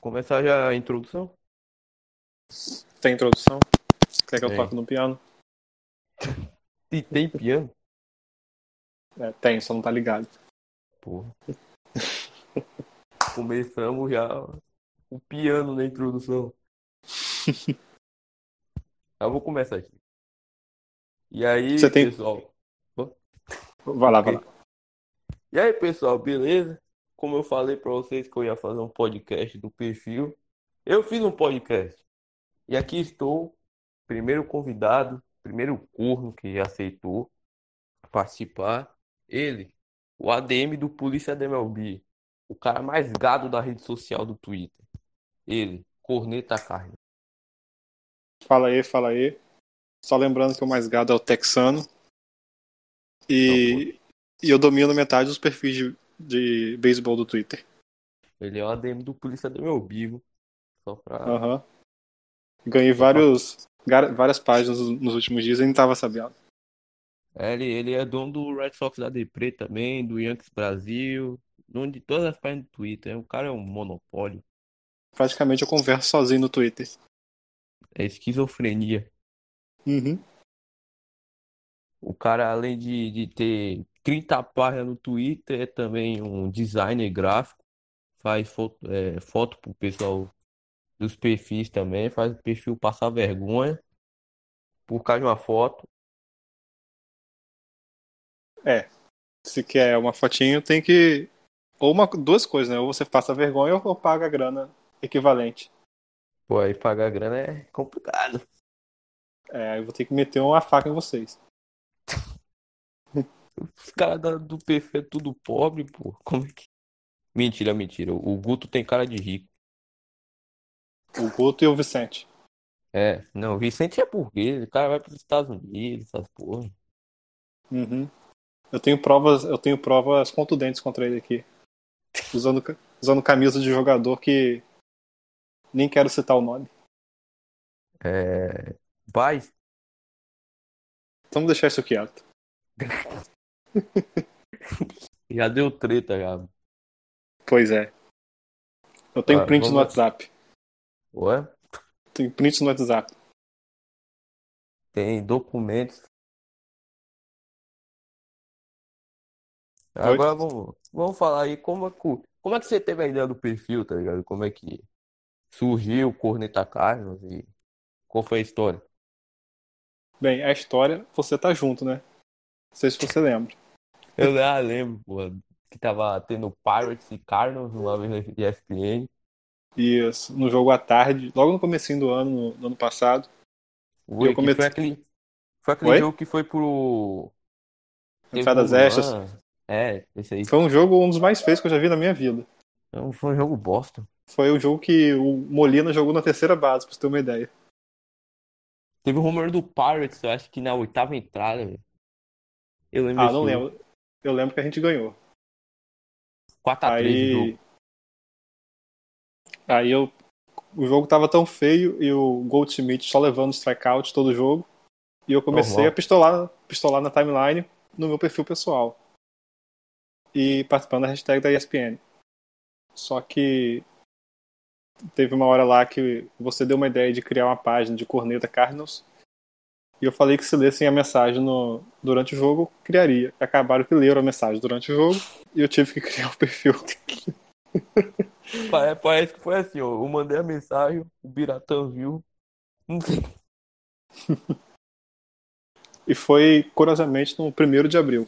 Começar já a introdução? Tem introdução? Quer que eu Tem. toque no piano? E tem piano? É, tem, só não tá ligado. Porra. Começamos já o piano na introdução. Eu vou começar aqui. E aí, Você tem- pessoal? Vai lá, vai lá. E aí, pessoal, beleza? Como eu falei pra vocês que eu ia fazer um podcast do perfil, eu fiz um podcast. E aqui estou, primeiro convidado, primeiro corno que aceitou participar. Ele, o ADM do Polícia da MLB, o cara mais gado da rede social do Twitter. Ele, Corneta Carne. Fala aí, fala aí. Só lembrando que o mais gado é o texano. E, e eu domino metade dos perfis de, de beisebol do Twitter. Ele é o ADM do Polícia da MLB, viu? Só pra. Aham. Ganhei vários, gar- várias páginas nos nos últimos dias e nem tava sabendo. É, Ele, ele é dono do Red Sox da Depre também, do Yankees Brasil, dono de todas as páginas do Twitter. O cara é um monopólio, Praticamente eu converso sozinho no Twitter. é esquizofrenia. Uhum. O cara, além de, de ter 30 páginas no Twitter, é também um designer gráfico, faz foto, é, foto pro pessoal dos perfis também, faz o perfil passar vergonha por causa de uma foto. Se quer uma fotinho, tem que. Ou uma, duas coisas, né? Ou você passa vergonha ou paga a grana equivalente. Pô, aí pagar grana é complicado. É, aí eu vou ter que meter uma faca em vocês. Os caras da- do PF é tudo pobre, pô. Como é que. Mentira, mentira. O o Guto tem cara de rico. O Guto e o Vicente. É, não, o Vicente é burguês, o cara vai pros Estados Unidos, essas porra. Uhum. Eu tenho provas, eu tenho provas contundentes contra ele aqui. Usando, ca- usando camisa de jogador que nem quero citar o nome. É. Vai, Então vamos deixar isso quieto. já deu treta, já. Pois é. Eu tenho Ah, print no vamos- WhatsApp. Ué? Tenho print no WhatsApp. Tem documentos. Agora vamos, vamos falar aí como é, que, como é que você teve a ideia do perfil, tá ligado? Como é que surgiu o Corneta Carlos e qual foi a história? Bem, a história, você tá junto, né? Não sei se você lembra. Eu já lembro, pô, que tava tendo Pirates e Cardinals uma vez na ESPN. Isso, no jogo à tarde, logo no comecinho do ano, no- do ano passado. Ui, Eu que cometi- foi aquele, foi aquele Oi? jogo que foi pro. teve Entradas home run. extras. É, esse aí. Foi um jogo um dos mais feios que eu já vi na minha vida. Então, Foi um jogo bosta. Foi o jogo que o Molina jogou na terceira base, pra você ter uma ideia. Teve o rumor do Pirates, eu acho que na oitava entrada, velho. Eu lembro Ah, desse não jogo. lembro. Eu lembro que a gente ganhou. 4x3 o Aí. jogo. Aí eu. O jogo tava tão feio e o Goldschmidt só levando strikeout todo jogo. E eu comecei Normal. a pistolar, pistolar na timeline no meu perfil pessoal. E participando da hashtag da ESPN. Só que. Teve uma hora lá que você deu uma ideia de criar uma página de Corneta Cardinals. E eu falei que se lessem a mensagem no, durante o jogo, criaria. Acabaram que leram a mensagem durante o jogo e eu tive que criar o perfil. Pare- Parece que foi assim, ó. Eu mandei a mensagem, o Biratã viu. Não sei. E foi, curiosamente, no 1 de abril.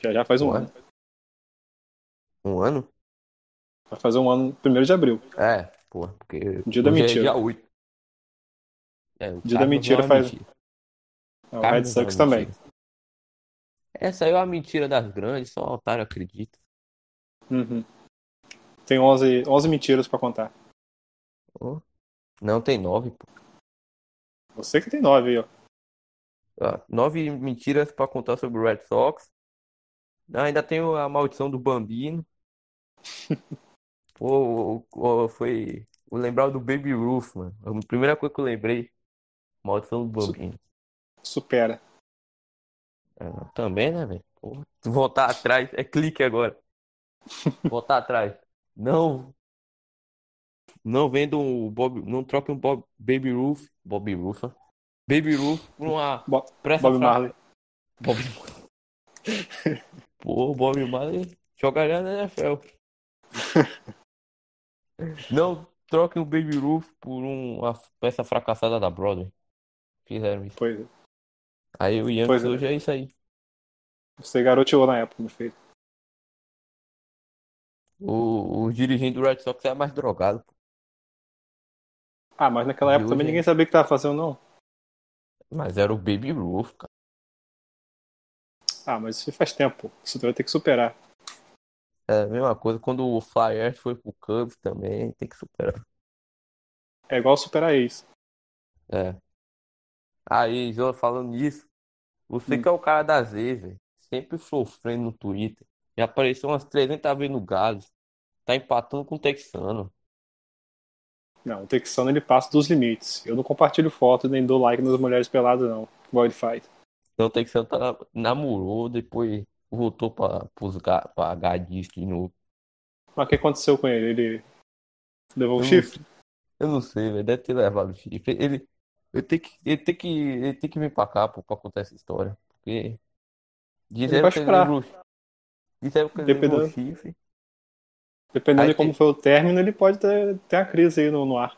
Já já faz um Ué? ano. Um ano? Vai fazer um ano no 1 de abril. É, pô, porque Dia da hoje é mentira. dia 8. É, o Dia da Cardinals mentira é uma faz- mentira. É, O Red Cardinals é uma Sox também. mentira. Essa aí é uma mentira das grandes, só o otário acredita. Uhum. Tem 11, 11 mentiras pra contar. Ó. Não, tem nove, pô. Você que tem 9 aí, ó. Ah, Nove mentiras pra contar sobre o Red Sox. Ah, ainda tem o- a maldição do Bambino. Pô, o- o- foi o lembrar do Baby Ruth, mano. A primeira coisa que eu lembrei. Maldição do Bambino. Supera. Ah, também, né, velho? Voltar atrás. É clique agora. Voltar atrás. Não. Não vendo o Bob. Não troque um Bob, Baby Ruth. Bob Ruth. ó. Baby Ruth por uma. Bo- pressa Bob fraca. Marley. Bob Marley. Pô, Bob Marley jogaria na NFL. Não troque um Baby Ruth por uma peça fracassada da Broadway. Fizeram isso. Pois é. Aí o Yankees Pois é. hoje é isso aí. Você garoteou na época, meu filho. O, o dirigente do Red Sox é mais drogado. pô. Ah, mas naquela De época também hoje, ninguém sabia o que tava fazendo, não. Mas era o Baby Ruth, cara. Ah, mas isso faz tempo, pô. Isso tu vai ter que superar. É a mesma coisa. Quando o Flyers foi pro Cubs também, tem que superar. É igual superar isso. É. Aí, João, falando nisso, você Hum. que é o cara das vezes, velho. sempre sofrendo no Twitter. Já apareceu umas 300 vezes no Galo. Tá empatando com o Texano. Não, o Texano ele passa dos limites. Eu não compartilho foto nem dou like nas mulheres peladas, não. Igual ele faz. Então o Texano tá, namorou, depois voltou pra, pros, ga- pra gadis de novo. Mas o que aconteceu com ele? Ele levou o Eu não chifre? Eu não sei, velho. Deve ter levado o chifre. Ele, ele tem que, ele tem que, ele tem que vir pra cá, pô, pra contar essa história. Porque Ele disseram vai que ele chorar. levou, disseram que ele levou Dependendo. chifre. Dependendo Aí de como foi o término, ele pode ter, ter uma crise aí no, no ar.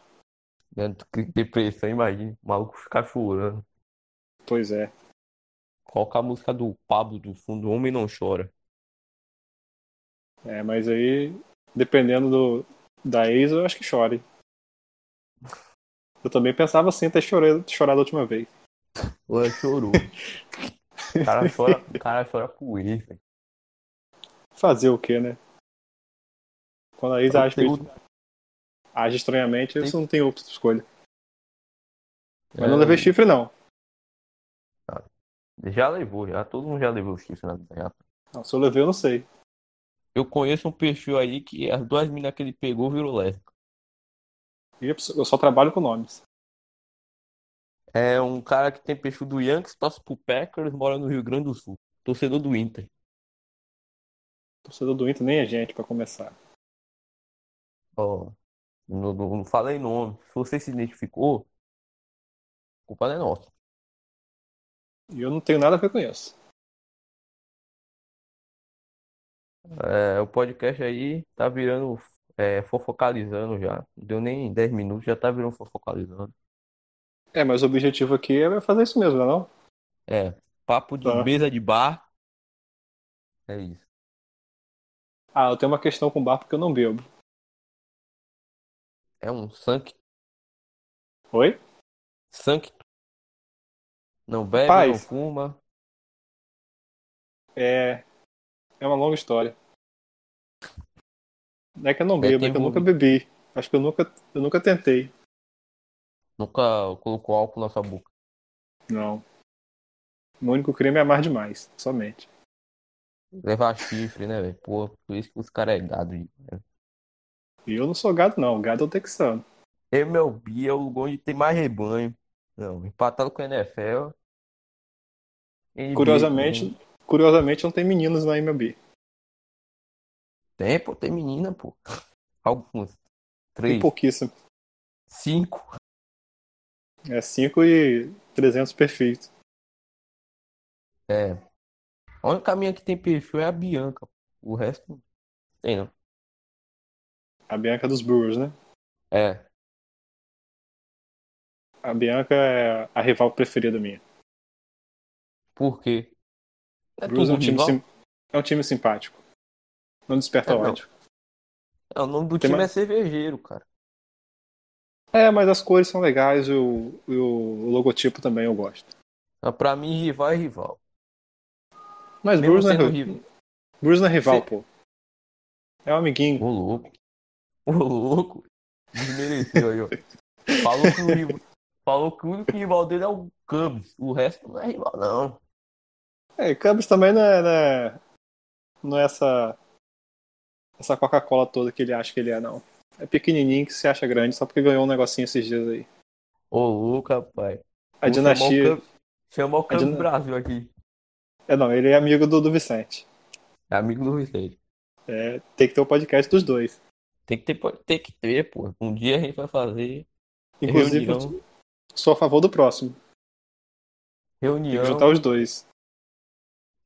né, que Depressão, imagina. O maluco ficar chorando. Pois é. Coloca a música do Pablo do fundo, Homem Não Chora. É, mas aí, dependendo do, da ex, eu acho que chora. hein? Eu também pensava assim, até chorei, chorar da última vez. Ela chorou. O cara chora, o cara chora por ele, velho. Fazer o quê, né? Quando a ex age, Segundo- age estranhamente, um- Tem- É. você não tem outra escolha. Mas não levei chifre, não. Já levou, já. Todo mundo já levou chifre na vida. já. Não, se eu levei, eu não sei. Eu conheço um perfil aí que as duas meninas que ele pegou virou lésbica. E Eu eu só trabalho com nomes. É um cara que tem perfil do Yankees, passa pro Packers, mora no Rio Grande do Sul. Torcedor do Inter. Torcedor do Inter nem é gente, pra começar. Ó, não, não, não falei nome. Se você se identificou, a culpa não é nossa. E eu não tenho nada a ver com isso. É, o podcast aí tá virando, é, fofocalizando já. Não deu nem 10 minutos, já tá virando fofocalizando. É, mas o objetivo aqui é fazer isso mesmo, não é não? É, papo de Tá. mesa de bar. É isso. Ah, eu tenho uma questão com o bar porque eu não bebo. É um sank, Oi? sank. Não bebe, não Rapaz. fuma. É. É uma longa história. Não é que eu não bebo, é, que teve eu um- nunca bebi. Acho que eu nunca, eu nunca tentei. Nunca colocou álcool na sua boca. Não. O único crime é amar demais, somente. Levar chifre, né, velho? Pô, por isso que os caras é gado. hein? E eu não sou gado, não. Gado é o texano. MLB é o lugar onde tem mais rebanho. Não, empatado com a NFL. NBA Curiosamente, também. curiosamente, não tem meninos na MLB. Tem, pô, tem menina, pô. Alguns. Tem Três, pouquíssimo. cinco. É 5 e 300 perfeito. É. A única minha que tem perfil é a Bianca. O resto, tem não. A Bianca dos Brewers, né? É. A Bianca é a rival preferida minha. Por quê? É Brewers é tudo um time, rival? sim- é um time simpático. Não desperta É, não. ódio. É, o nome do Tem time mais- é Cervejeiro, cara. É, mas as cores são legais e o, e o logotipo também eu gosto. Mas Pra mim, rival é rival. Mas Mesmo Bruce não, é, sendo ri- rival. Brewers não é rival, Você- pô. É um amiguinho. Ô, louco. Ô, louco. Desmereceu aí, ó. Falou que o, rival- falou que o único rival dele é o Cubs. O resto não é rival, não. É, Cubs também não é, não é, não é essa, essa Coca-Cola toda que ele acha que ele é, não. É pequenininho que se acha grande só porque ganhou um negocinho esses dias aí. Ô, louco, rapaz. A Vou chamar o dinastia, Cubs- Chamar o Cubs dina- Brasil aqui. É, não, ele é amigo do, do Vicente. É amigo do Vicente. É, tem que ter o podcast dos dois. Tem que ter, pode ter que ter, pô. Um dia a gente vai fazer Inclusive, eu reunião, sou a favor do próximo. Tem que reunião juntar os dois.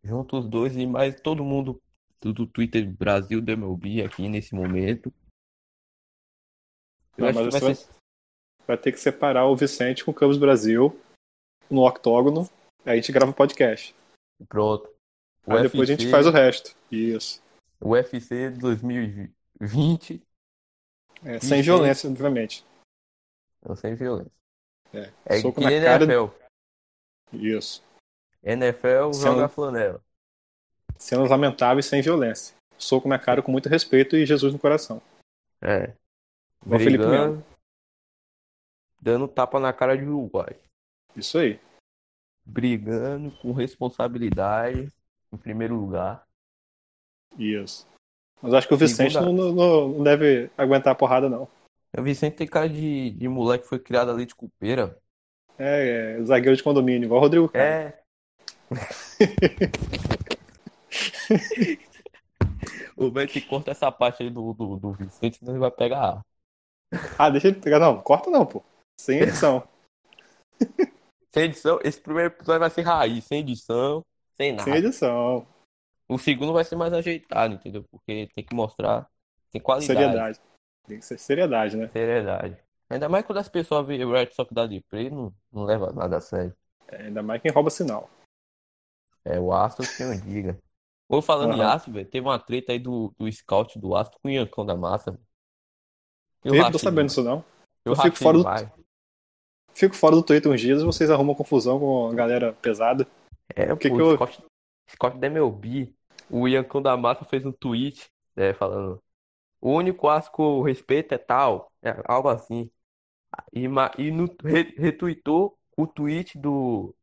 junto os dois e mais todo mundo do, do Twitter Brasil do MLB aqui nesse momento. Eu Não, acho mas que você vai ser Vai ter que separar o Vicente com o Campos Brasil no octógono. Aí a gente grava o podcast. pronto. O Aí depois a gente UFC faz o resto. Isso. o UFC 2020, É, sem Isso. violência, obviamente. não sem violência. É, É soco que na cara. é NFL. Isso. NFL Sem- joga flanela. Cenas lamentáveis sem violência. Soco na cara com muito respeito e Jesus no coração. É. Igual Felipe Brigando, dando tapa na cara de Uruguai. Isso aí. Brigando com responsabilidade, em primeiro lugar. Isso. Mas acho que o Vicente Segunda- não, não- não deve aguentar a porrada, não. O Vicente tem cara de, de moleque que foi criado ali de cupeira. É, é zagueiro de condomínio, igual o Rodrigo Caio. É. o Bete corta essa parte aí do, do, do Vicente, senão ele vai pegar. Ah, deixa ele pegar. Não, corta não, pô. Sem edição. Sem edição, esse primeiro episódio vai ser raiz, sem edição, sem nada. sem edição. O segundo vai ser mais ajeitado, entendeu? Porque tem que mostrar, tem qualidade, Seriedade. Tem que ser seriedade, né? seriedade. Ainda mais quando as pessoas veem o Red Sox da de Play, não, não leva nada a sério. É, ainda mais quem rouba sinal. É o Astros que não diga. Ou falando em Aham. Astros, velho, teve uma treta aí do, do scout do Astros com o Iancão da Massa. velho. Eu Eu tô rachei sabendo demais. disso, não. Eu Eu fico rachei fora do- demais. Fico fora do Twitter uns dias e vocês arrumam confusão com a galera pesada. É, que pô, que eu- Scott, Scott da MLB, o Iancão da Massa fez um tweet, né, falando o único aço que eu respeito é tal, é algo assim. E, ma- e no, re- retweetou o tweet do,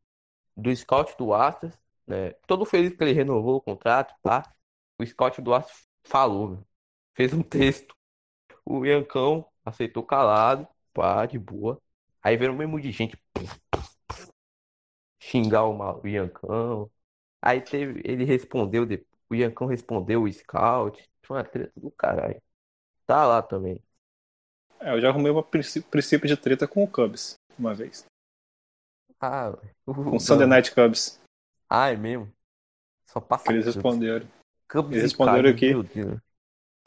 do Scout do Astros, né, todo feliz que ele renovou o contrato, pá, o Scout do Astros falou, né, fez um texto. O Iancão aceitou calado, pá, de boa. Aí veio o mesmo de gente xingar o, mal, o Iancão. Aí teve, ele respondeu, de- o Iancão respondeu o scout. Foi uma treta do caralho. Tá lá também. É, eu já arrumei um princípio de treta com o Cubs uma vez. Ah, o, Com o Sunday Night Cubs. Ah, é mesmo? Só passa Que eles Cubs. responderam. Cubs e eles responderam Cubs, aqui. meu Deus.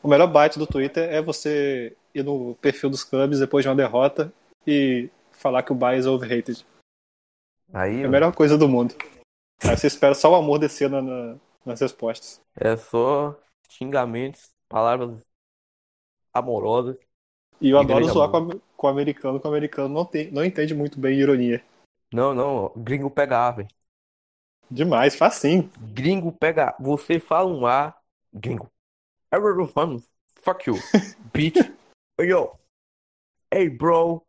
O melhor bite do Twitter é você ir no perfil dos Cubs depois de uma derrota e falar que o Bay is overrated. Aí, É a ó, melhor coisa do mundo. Aí você espera só o amor descer na- na- nas respostas. é só xingamentos, palavras amorosas. E eu Que adoro grande zoar com, a- com o americano, que o americano não, tem, não entende muito bem ironia. Não, não, ó, gringo pega A, velho. Demais, facinho. Gringo pega A. Você fala um A, gringo. Everyone, vamos. Fuck you, bitch. Yo. Hey, bro.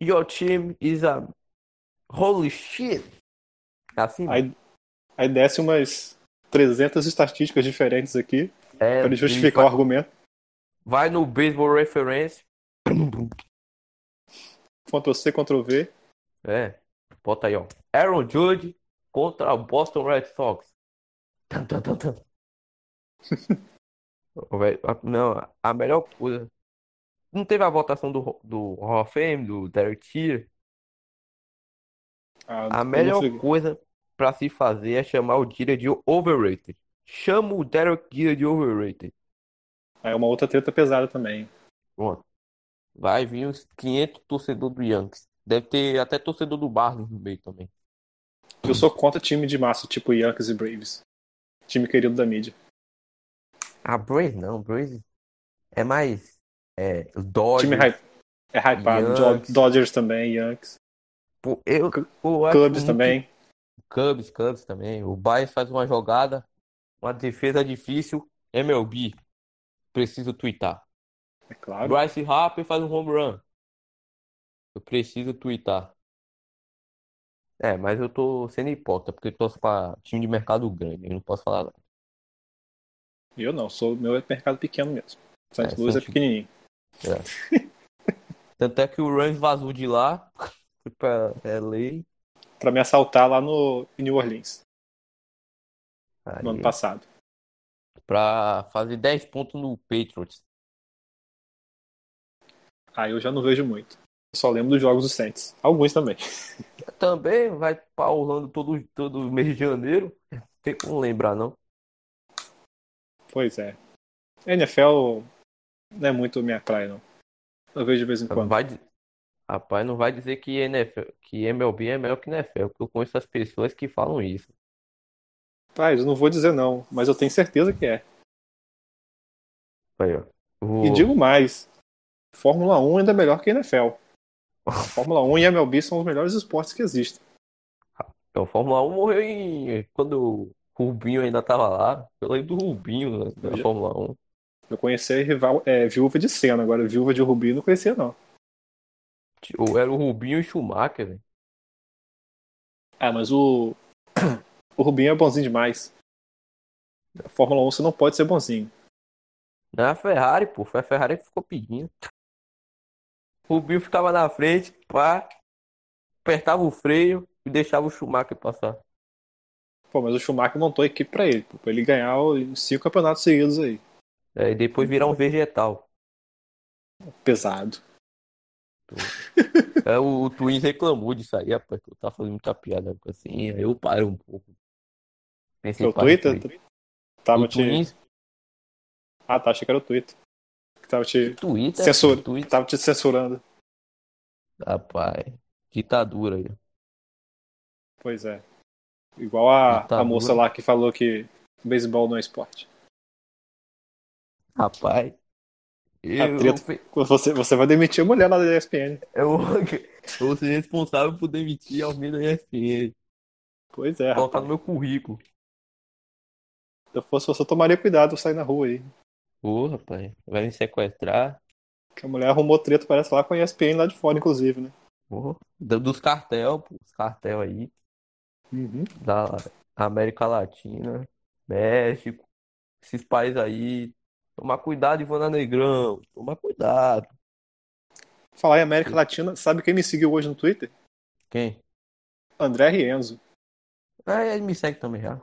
Your team is a... Holy shit. É assim? Aí, aí desce umas 300 estatísticas diferentes aqui É, pra ele ele justificar o fa- argumento. Vai no Baseball Reference. Ctrl C, Ctrl V. É. Bota aí, ó. Aaron Judge contra o Boston Red Sox. Tan, tan, tan, tan. Ô, velho, a- Não, a melhor coisa. Não teve a votação do, Ho- do Hall of Fame, do Derek Cheer? Ah, A eu não melhor fui- coisa pra se fazer é chamar o Dira de overrated. Chama o Derek Dira de overrated. Aí é uma outra treta pesada também. Pronto. Vai vir uns 500 torcedores do Yankees. Deve ter até torcedor do Marlins no meio também. Eu sou contra time de massa, tipo Yankees e Braves. Time querido da mídia. Ah, Braves não, Braves é mais é, Dodgers. Time hype, é hypado. Do- Yankees. Dodgers também, Yankees. Pô, eu, Cu- eu acho Cubs muito- também. Cubs, Cubs também. O Baez faz uma jogada, uma defesa difícil. MLB, preciso twittar. É claro. Bryce Harper faz um home run. Eu preciso twittar. É, mas eu tô sendo hipócrita, porque eu torço pra time de mercado grande. Eu não posso falar nada. Eu não, sou meu é mercado pequeno mesmo. St. É, Louis é St. pequenininho. Tanto é que o Rams vazou de lá, foi pra LA. Pra me assaltar lá no em New Orleans. no ano Aí, passado. pra fazer 10 pontos no Patriots. Aí eu já não vejo muito. Eu só lembro dos jogos dos Saints. Alguns também. Também vai pra Orlando todo, todo mês de janeiro. Tem como lembrar, não? Pois é. NFL não é muito minha praia, não. Eu vejo de vez em quando. Vai, di- rapaz, não vai dizer que, NFL, que MLB é melhor que NFL, porque eu conheço as pessoas que falam isso. Rapaz, eu não vou dizer não, mas eu tenho certeza que é. Aí, ó. Vou- E um- digo mais, Fórmula 1 ainda é melhor que NFL. Fórmula 1 e MLB são os melhores esportes que existem. Então, Fórmula 1 morreu em... quando o Rubinho ainda tava lá. Eu lembro do Rubinho na- na Eu já- Fórmula 1. Eu conheci rival, é, viúva de Senna, agora viúva de Rubinho não conhecia não. Tipo, Era o Rubinho e o Schumacher, velho. Ah, mas o o Rubinho é bonzinho demais. Na Fórmula 1 você não pode ser bonzinho. Não é a Ferrari, pô. Foi a Ferrari que ficou pedindo. O Rubinho ficava na frente, pá. Apertava o freio e deixava o Schumacher passar. Pô, mas o Schumacher montou a equipe pra ele, pô, pra ele ganhar os cinco campeonatos seguidos aí. É, e depois virar um vegetal. Pesado. É, o, o Twins reclamou disso aí, rapaz, que eu tava fazendo muita piada com assim. Aí eu paro um pouco. Pensei, Seu para, É Twitter falei, tava o te Twins, Ah, tá, achei que era o Twitter. Que tava te Twitter, Censura. Twitter, tava te censurando. rapaz. Ditadura aí. Pois é. Igual a, Ditadura. a moça lá que falou que beisebol não é esporte. Rapaz, eu, treta. Você, você vai demitir a mulher lá da ESPN. eu, eu vou ser responsável por demitir alguém da ESPN. Pois é, Colocar rapaz. no meu currículo. Se eu fosse você, eu tomaria cuidado ao sair na rua aí. Ô, rapaz, vai me sequestrar. Que a mulher arrumou treta, parece lá com a ESPN lá de fora, inclusive, né? Ô, do- dos cartel, pô, os cartel aí. da América Latina, México, esses países aí. Tomar cuidado, Ivana Negrão. Tomar cuidado. Falar em América Latina, sabe quem me seguiu hoje no Twitter? Quem? André Rienzo. Ah, ele me segue também já.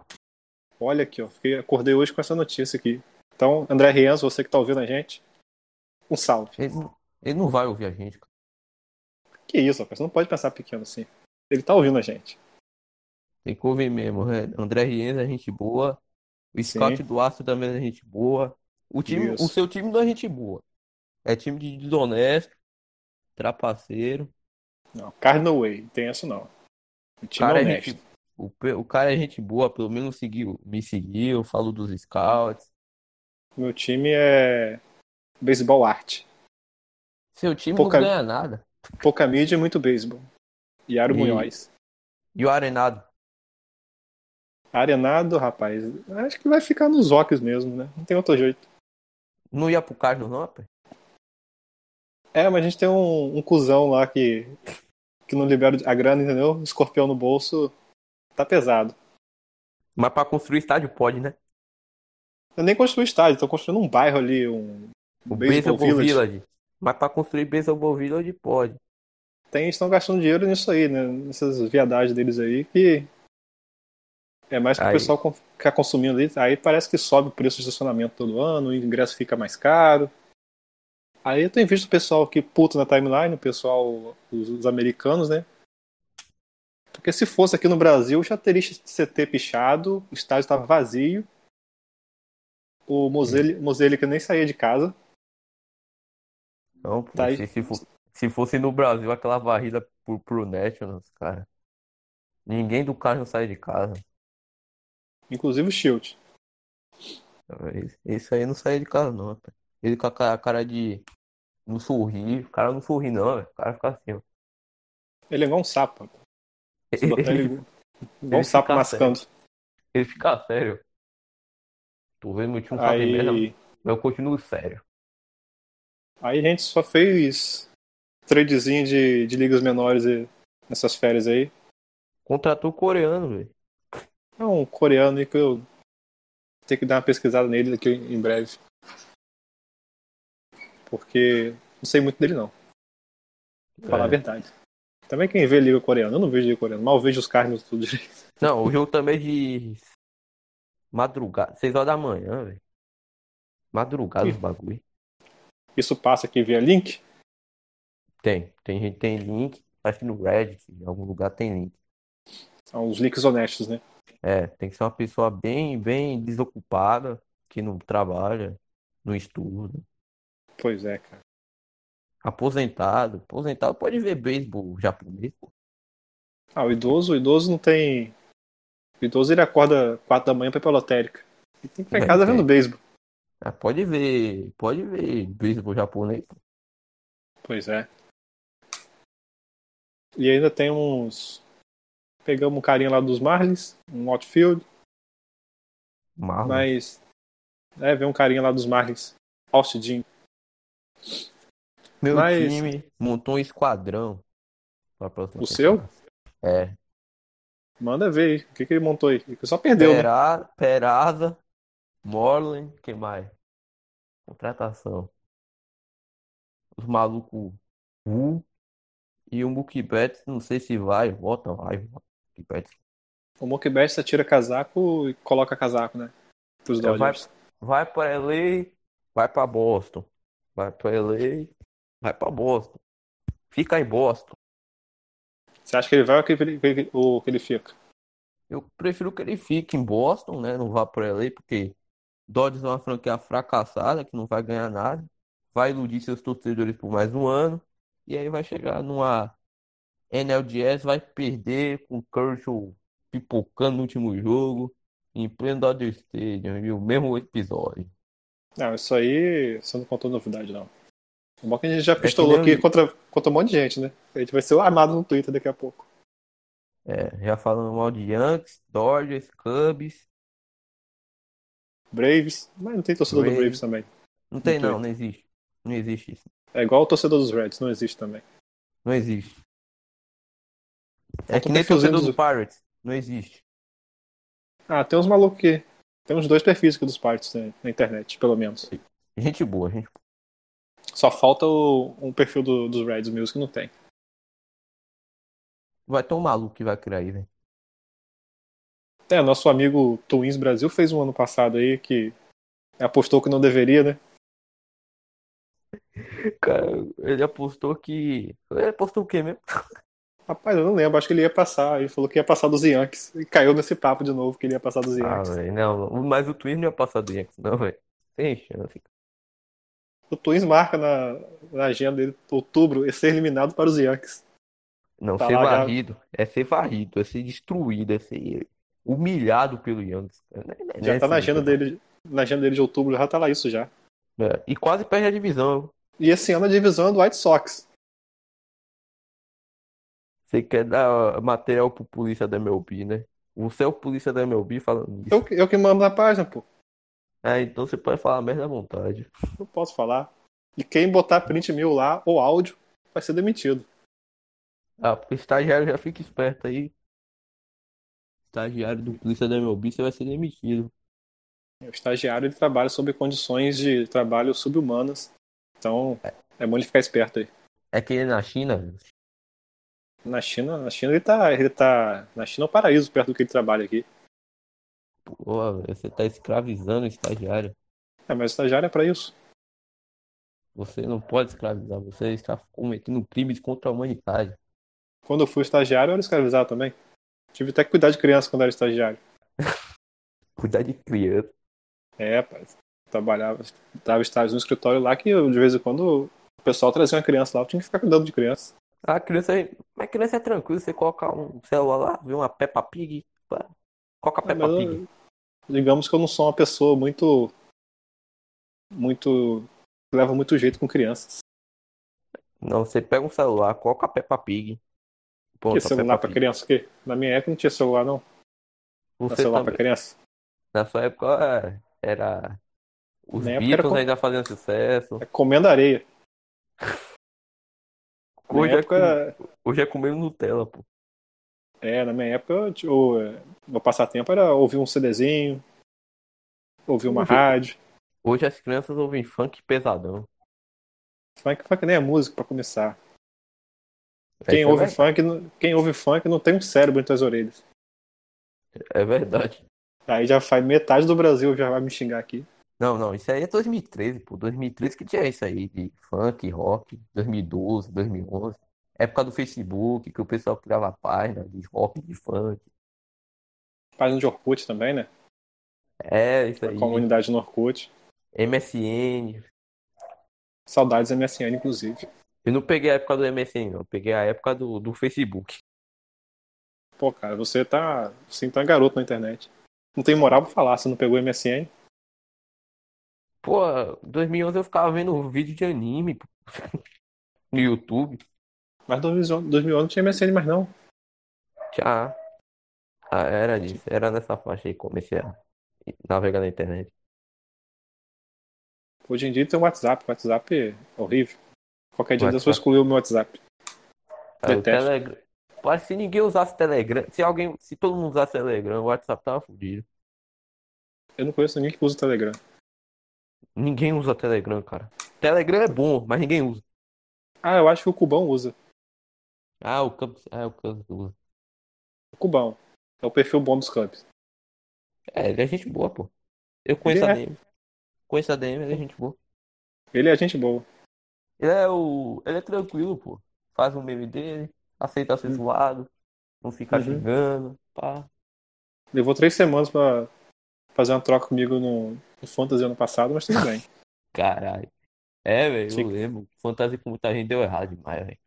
Olha aqui, ó. Fiquei, acordei hoje com essa notícia aqui. Então, André Rienzo, você que tá ouvindo a gente, um salve. Ele, não- ele não vai ouvir a gente. cara. Que isso, rapaz? Você não pode pensar pequeno assim. Ele tá ouvindo a gente. Tem que ouvir mesmo. né? André Rienz é gente boa. O Scott Duarte também é gente boa. O, time, Isso. o seu time não é gente boa. É time de desonesto, trapaceiro. Não, Cardinal Way, tem isso não. O time cara é é honesto. gente, o, pe- o cara é gente boa, pelo menos seguiu, me seguiu, falou dos scouts. Meu time é beisebol arte. Seu time Pouca- não ganha nada. Pouca mídia e muito beisebol. Yaro E- Munhoz. E o Arenado? Arenado, rapaz, acho que vai ficar nos óculos mesmo, né? Não tem outro jeito. Não ia pro Carlos, não, rapaz? É, mas a gente tem um, um cuzão lá que, que não libera a grana, entendeu? O escorpião no bolso tá pesado. Mas pra construir estádio pode, né? Eu nem construí estádio, tô construindo um bairro ali, um O baseball village. Mas pra construir Baseball Village pode. Tem, estão gastando dinheiro nisso aí, né? Nessas viadagens deles aí, que é mais que o Aí. pessoal con- ficar consumindo ali. Aí parece que sobe o preço de estacionamento todo ano, o ingresso fica mais caro. Aí eu tenho visto o pessoal que puto na timeline, o pessoal, os, os americanos, né? Porque se fosse aqui no Brasil, já teria CT pichado, o estádio estava vazio. O Moseli, Moseli que nem saía de casa. Não, pô, Tá aí. se, se, fo- se fosse no Brasil, aquela varrida pro, pro Nationals, cara. Ninguém do Carlos sai de casa. Inclusive o Shield. Esse- Esse aí não sai de casa, não, rapaz. Ele com a cara, a cara de. Não sorri. O cara não sorri, não, velho. O cara fica assim, ó. Ele é igual um sapo. Se botar ele Ele, igual um ele sapo fica mascando. ele fica sério. Tô vendo meu time fazer merda, mas Aí, eu continuo sério. aí a gente só fez tradezinho de, de ligas menores e- nessas férias aí. Contratou o coreano, velho. É um coreano aí que eu tenho que dar uma pesquisada nele daqui em breve. Porque não sei muito dele não, pra falar a É. verdade. Também quem vê liga coreana, eu não vejo liga coreana, mal vejo os carnes tudo direito. Não, o jogo também é de Madrugada, 6 horas da manhã, velho. Madrugada os bagulho. Isso passa aqui via link? Tem, tem gente tem link, acho que no Reddit, em algum lugar tem link. São os links honestos, né? É, tem que ser uma pessoa bem, bem desocupada, que não trabalha, não estuda, Pois é, cara. aposentado. Aposentado pode ver beisebol japonês, pô. Ah, o idoso, o idoso não tem. O idoso ele acorda 4 da manhã pra ir pra lotérica. Ele tem que ficar em É, casa tem. vendo beisebol. Ah, pode ver, pode ver beisebol japonês. pô. Pois é. E ainda tem uns. Pegamos um carinha lá dos Marlins, um outfield, Marlon, mas. É, vem um carinha lá dos Marlins. Austin Jim. Meu mas- time montou um esquadrão pra próxima O seu? temporada. É. Manda ver aí. O que, que ele montou aí? Ele só perdeu, né? Pera- Peraza, Morlin, que mais? Contratação. Os malucos Wu e o Mookie Betts, não sei se vai, volta, vai, volta. Mookie Betts. O Mookie Betts só tira casaco e coloca casaco, né? Pros É, vai- Dodgers. Vai pra LA, vai pra Boston. Vai pra LA, vai pra Boston. Fica em Boston. Você acha que ele vai ou que ele, que ele- ou que ele fica? Eu prefiro que ele fique em Boston, né? Não vá pra LA, porque Dodgers é uma franquia fracassada que não vai ganhar nada. Vai iludir seus torcedores por mais um ano. E aí vai chegar numa NLDS, vai perder com o Kershaw pipocando no último jogo, em pleno Dodger Stadium, e o mesmo episódio. Não, isso aí você não contou novidade, não. O bom é que a gente já pistolou É nem aqui o- contra, contra um monte de gente, né? A gente vai ser armado no Twitter daqui a pouco. É, já falando mal de Yankees, Dodgers, Cubs. Braves, mas não tem torcedor do Braves. Braves também. Não tem, Muito não, não existe. Não existe isso. É igual o torcedor dos Reds, não existe também. Não existe. É Falta que um nem torcedor perfilzinho do Pirates. Não existe. Ah, tem uns malucos que. Tem uns dois perfis aqui dos partes né, na internet, pelo menos. Gente boa, gente. Só falta o, um perfil do- dos Reds mesmo que não tem. Vai ter um maluco que vai criar aí, velho. É, nosso amigo Twins Brasil fez um ano passado aí que apostou que não deveria, né? Cara, ele apostou que. Ele apostou o quê mesmo? Rapaz, eu não lembro, acho que ele ia passar. Ele falou que ia passar dos Yankees. E caiu nesse papo de novo que ele ia passar dos Ah, Yankees. velho, não. Mas o Twitch não ia passar do Yankees, não, velho. Sem chance. O Twins marca na, na agenda dele, outubro, é ser eliminado para os Yankees. Não, Tá ser lá, já- varrido. É ser varrido, é ser destruído, é ser humilhado pelo Yankees. cara. Não é- não é Já tá na assim, agenda cara. dele, na agenda dele de outubro, já tá lá isso já. É, E quase perde a divisão. E esse ano a divisão é do White Sox. Você quer dar material pro polícia da MLB, né? Você é o polícia da MLB falando isso. Eu, eu que mando na página, pô. Ah, então você pode falar merda à vontade. Não posso falar. E quem botar print mil lá, ou áudio, vai ser demitido. Ah, porque estagiário já fica esperto aí. Estagiário do polícia da MLB, você vai ser demitido. O estagiário ele trabalha sob condições de trabalho subhumanas. Então, é bom ele ficar esperto aí. É que na China, tipo, Na China, na China ele tá. Ele tá. Na China é um paraíso perto do que ele trabalha aqui. pô, você tá escravizando o estagiário. É, mas o estagiário é pra isso. Você não pode escravizar, você está cometendo crimes contra a humanidade. Quando eu fui estagiário, eu era escravizado também. Tive até que cuidar de criança quando era estagiário. Cuidar de criança. É, rapaz. Trabalhava, tava estágio no escritório lá que eu, de vez em quando o pessoal trazia uma criança lá, eu tinha que ficar cuidando de criança. A criança, mas criança é tranquilo, você coloca um celular lá, vê uma Peppa Pig, pá. coloca a É, Peppa mas eu- Pig. digamos que eu não sou uma pessoa muito. Muito. que leva muito jeito com crianças. Não, você pega um celular, coloca a Peppa Pig. Pronto, Tinha a celular Peppa pra Pig. criança? o quê? Na minha época não tinha celular, não. Não Você celular também. pra criança. Na sua época era. Os Na época era Beatles com- ainda faziam sucesso. É comendo areia. Na Hoje minha é, com... época, era- Hoje é comendo Nutella, pô. é, na minha época, eu tinha- o, é, meu passatempo era ouvir um CDzinho, ouvir uma Hoje- rádio. Hoje as crianças ouvem funk pesadão. Funk, funk nem é música pra começar. Essa Quem é ouve, ver- funk, não- quem ouve funk não tem um cérebro entre as orelhas. É verdade. Aí já faz metade do Brasil já vai me xingar aqui. Não, não, isso aí é 2013, pô. 2013 que tinha isso aí de funk, rock, 2012, 2011. Época do Facebook, que o pessoal criava a página de rock, de funk. Página um de Orkut também, né? É, isso A aí. comunidade no Orkut. MSN. Saudades MSN, inclusive. Eu não peguei a época do MSN, não. Eu peguei a época do, do Facebook. Pô, cara, você tá. Você tá garoto na internet. Não tem moral pra falar, você não pegou MSN. Pô, 2011 eu ficava vendo vídeo de anime, pô. No YouTube. Mas 2011 2011 não tinha MSN mais não. Tchau. Ah, era disso. Era nessa faixa aí que comecei a navegar na internet. Hoje em dia tem o WhatsApp. O WhatsApp é horrível. Qualquer dia eu WhatsApp. vou excluir o meu WhatsApp. Ah, o Detesto. Telegram. Parece que se ninguém usasse Telegram, se alguém, se todo mundo usasse Telegram, o WhatsApp tava fudido. Eu não conheço ninguém que usa o Telegram. Ninguém usa Telegram, cara. Telegram é bom, mas ninguém usa. Ah, eu acho que o Cubão usa. Ah, o Campos, ah, o Campos usa. O Cubão. É o perfil bom dos campos. É, ele é gente boa, pô. Eu conheço Ele a é. DM. Conheço a DM, ele é gente boa. Ele é gente boa. Ele é o, ele é tranquilo, pô. Faz um meme dele, aceita ser Uhum. zoado, não fica Uhum. xingando, pá. Levou três semanas pra fazer uma troca comigo no, no Fantasy ano passado, mas tudo bem. Caralho. É, velho, eu Sim. lembro. Fantasia com muita gente deu errado demais, velho.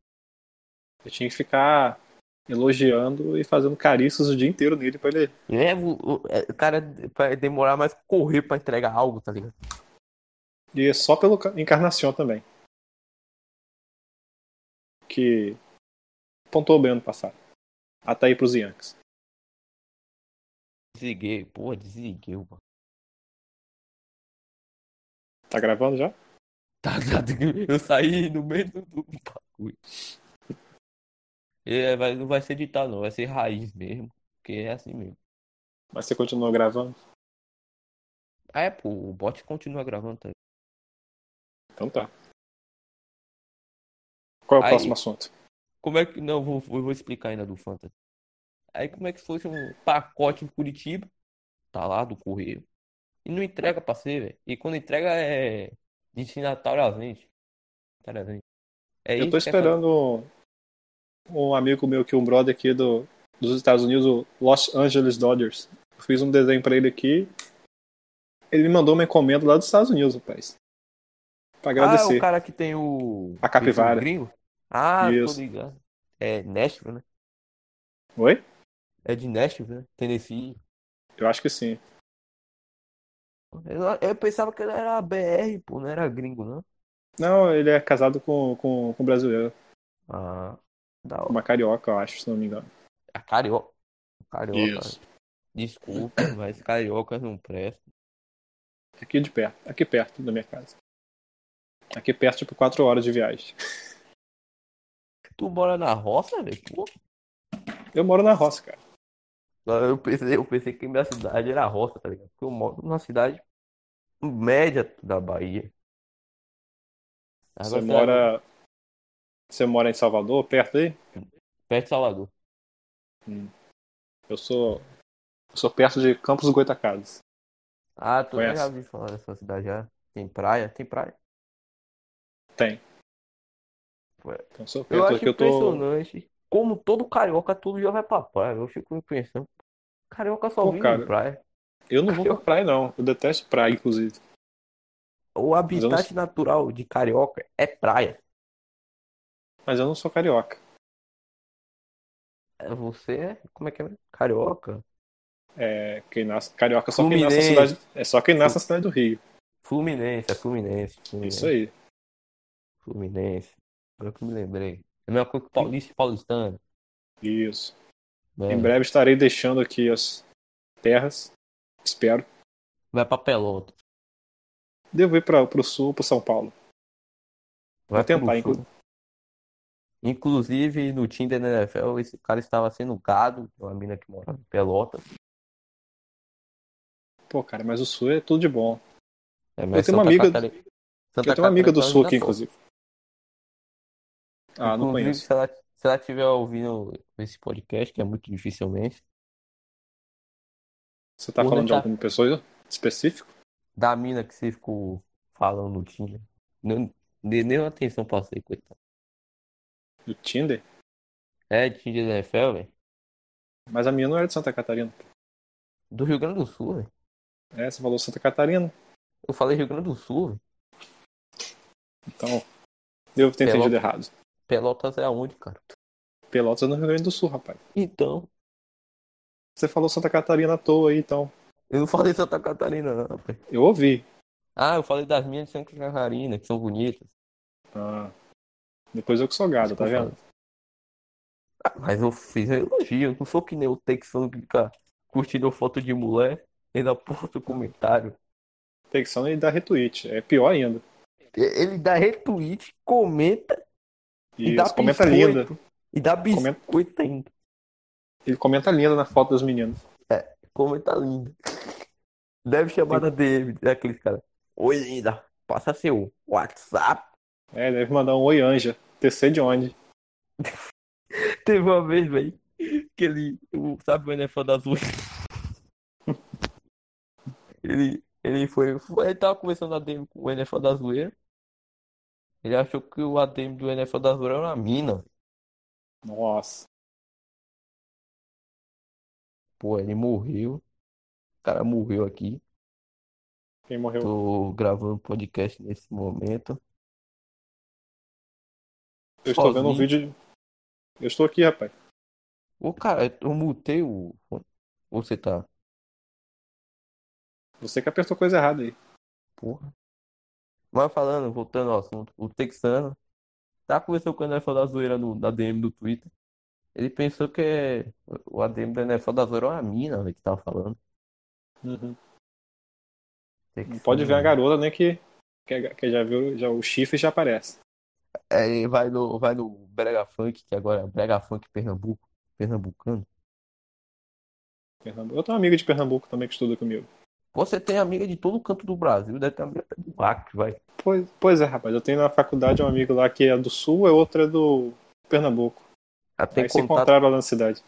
Eu tinha que ficar elogiando e fazendo carícios o dia inteiro nele pra ele. É, o, o- é, o cara vai demorar mais correr pra entregar algo, tá ligado? E é só pelo ca- Encarnação também. Que pontuou bem ano passado. Até aí pros Yankees. Desliguei, porra, desliguei, mano. Tá gravando já? Tá ligado? Eu saí no meio do, do bagulho. É, vai, não vai ser ditado, não, vai ser raiz mesmo. Porque é assim mesmo. Mas você continua gravando? Ah, é, pô, o bot continua gravando, tá ligado? Então tá. Qual é o Aí- próximo assunto? Como é que. Não, vou, vou, vou explicar ainda do Fantasy. Aí, como é que se fosse um pacote em Curitiba? Tá lá do correio. E não entrega pra você, velho. E quando entrega é. Destinatário ausente. Cara, ausente. É Eu isso que tô é Fantasy. esperando um amigo meu que é um brother aqui do, dos Estados Unidos, o Los Angeles Dodgers. Eu fiz um desenho pra ele aqui. Ele me mandou uma encomenda lá dos Estados Unidos, rapaz. Pra Ah, é o agradecer. cara que tem o. A capivara. o gringo? Ah, tô Isso. ligado. É Nashville, né? Oi? É de Nashville, né? Tennessee. Eu acho que sim. Eu, eu pensava que ele era BR, pô, não era gringo, não. Não, ele é casado com, com, com um brasileiro, Ah, da uma hora. carioca, eu acho, se não me engano. A carioca. Carioca. Isso. Desculpa, mas cariocas não prestam. Aqui de perto, aqui perto da minha casa. Aqui perto, tipo, quatro horas de viagem. Tu mora na roça, velho? Pô. Eu moro na roça, cara. Eu pensei, eu pensei que minha cidade era roça, tá ligado? Porque eu moro numa cidade média da Bahia. Você Agora, mora. Você mora em Salvador, perto aí? perto de Salvador. Eu sou. Eu sou perto de Campos dos Goitacazes. Ah, tu eu Conhece? já ouvi falar dessa cidade já. Tem praia? Tem praia? Tem. Pô, é. Então eu sou Eu perto acho aqui, eu tô. impressionante como todo carioca tudo já vai pra praia. Eu fico me pensando, carioca só Pô, vive cara. em praia. Eu não vou pra praia, não. Eu detesto praia, inclusive. O eu não habitat sei. natural de carioca é praia. Mas eu não sou carioca. É Você é, como é que é? mesmo? Carioca, É, quem nasce, carioca é só quem nasce na Fluminense. cidade. É só quem nasce na cidade do Rio. Fluminense, é Fluminense, Isso Fluminense, aí. Fluminense. Agora que eu me lembrei. É a mesma coisa que paulista e paulistano. Isso. Em Né? breve estarei deixando aqui as terras, espero. Vai pra Pelotas. Devo ir para o sul, para São Paulo. Vai Vou tentar, pro sul. Inclusive, no Tinder da NFL, esse cara estava sendo um gado, é uma mina que morava em Pelotas. Pô, cara, mas o sul é tudo de bom. É, Eu mas tenho uma Santa amiga- Catarina- Santa eu tenho uma amiga do Catarina tá sul aqui, ainda sofre. inclusive. Ah, não Inclusive, conheço. se ela, se ela tiver ouvindo esse podcast, que é muito dificilmente, Você tá Vou falando de tentar. alguma pessoa específica? Da mina que você ficou falando no Tinder. Não dei nenhuma atenção pra você, coitado. Do Tinder? É, Tinder da NFL, velho. Mas a minha não era de Santa Catarina. Do Rio Grande do Sul, velho. É, você falou Santa Catarina. Eu falei Rio Grande do Sul, velho. Então, eu tenho Pelo- entendido errado. Pelotas é aonde, cara? Pelotas é no Rio Grande do Sul, rapaz. Então, Você falou Santa Catarina à toa aí, então. eu não falei Santa Catarina, não, rapaz. Eu ouvi. Ah, eu falei das minhas de Santa Catarina, que são bonitas. Ah, depois eu que sou gado, tá vendo? Ah, mas eu fiz um elogio, eu não sou que nem o texano que fica curtindo foto de mulher, ainda posta comentário. Texano e dá retweet. É pior ainda. E- Ele dá retweet, comenta E, dá eles comenta biscoito. linda. E dá Comenta. biscoito ainda. Ele comenta linda na foto das meninas. Comenta linda. Deve chamar na DM daqueles caras. Oi, linda. Passa seu WhatsApp. É, deve mandar um oi, Anja. TC de onde? Teve uma vez, velho, que ele. é o- Sabe o elefante azul? Ele, ele foi, foi- Ele tava conversando na DM com o elefante da zoeira. Ele achou que o ADM do elefante da zoeira era uma mina. Nossa. Pô, ele morreu. O cara morreu aqui. Quem morreu? Tô gravando podcast nesse momento. Eu estou vendo um sozinho. vídeo. Eu estou aqui, rapaz. Ô, cara, eu mutei o. fone. Ou Você tá. Você que apertou coisa errada aí. Porra. Mas falando, voltando ao assunto, o Texano tá conversando com o NFL da Zoeira no, na DM do Twitter. Ele pensou que é, o ADM da NFL da Zoeira é uma mina, velho, que tava falando. Uhum. Não pode ver a garota, né? Que, que, que já viu já, o chifre já aparece. É, ele vai no, vai no Brega Funk, que agora é Brega Funk Pernambuco, pernambucano. Pernambuco. Eu tenho um amigo de Pernambuco também que estuda comigo. Você tem amiga de todo canto do Brasil, deve ter amiga até do Acre, vai. Pois, pois é, rapaz. Eu tenho na faculdade um amigo lá que é do sul e outra é do Pernambuco. Já tem Aí se contato, encontraram lá na cidade.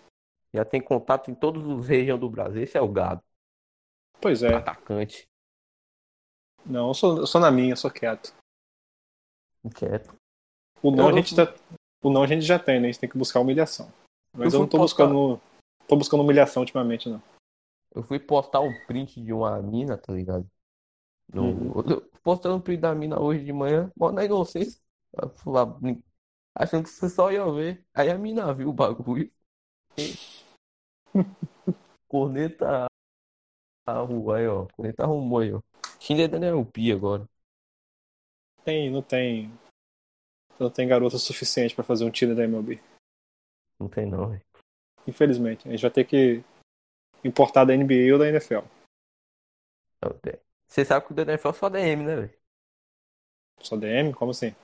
já tem contato em todas as regiões do Brasil. Esse é o gado, Pois é. atacante, Não, eu sou, eu sou na minha, eu sou quieto. inquieto. O não, Eu a não gente tá, o não a gente já tem, né? A gente tem que buscar humilhação. Mas Eu fui eu, não tô postar- buscando. Tô buscando humilhação ultimamente, não. Eu fui postar um print de uma mina, tá ligado? No... eu- Postando um print da mina hoje de manhã, mó na inocência, eu fui lá, brin- achando que você só ia ver. Aí a mina viu o bagulho. E- Corneta arrumou aí, ó. Corneta arrumou aí, ó. Tinder da Neupi é agora. Tem, não tem. Não tem garota suficiente pra fazer um tiro da MLB. Não tem não, velho. Infelizmente. A gente vai ter que importar da NBA ou da NFL. Não tem. É Você sabe que o da NFL é só DM, né, velho? Só DM? Como assim?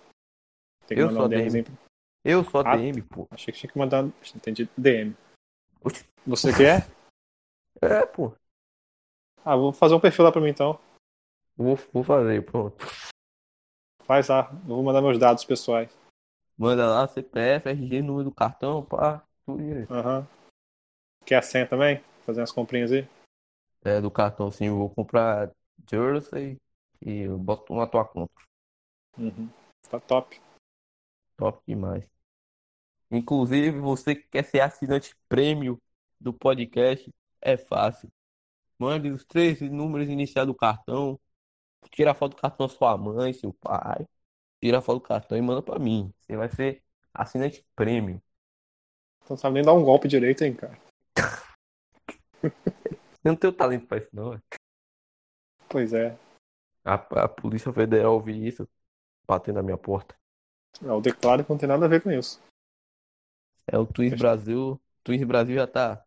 Tem um Eu sou DM. DMzinho. Eu sou Ah. DM, pô. Achei que tinha que mandar. Entendi. DM. Oxi. Você quer? É, pô. Ah, vou fazer um perfil lá pra mim então. Vou, vou fazer, pronto. Faz lá. Eu vou mandar meus dados pessoais. Manda lá CPF, RG, número do cartão, pá, tudo direito. Aham. Quer a senha também? Fazer umas comprinhas aí? É, do cartão, sim, eu vou comprar Jersey e eu boto na tua conta. Uhum. Tá top. Top demais. Inclusive, você que quer ser assinante prêmio do podcast, é fácil. Mande os três números iniciais do cartão. Tira a foto do cartão da sua mãe, seu pai. Tira a foto do cartão e manda pra mim. Você vai ser assinante prêmio. Então não sabe nem dar um golpe direito, hein, cara. Eu não tenho talento pra isso, não. velho. Pois é. A, a Polícia Federal ouvir isso, batendo na minha porta. Eu É declaro que não tem nada a ver com isso. É o Twins Acho- Brasil. Twins Brasil já tá.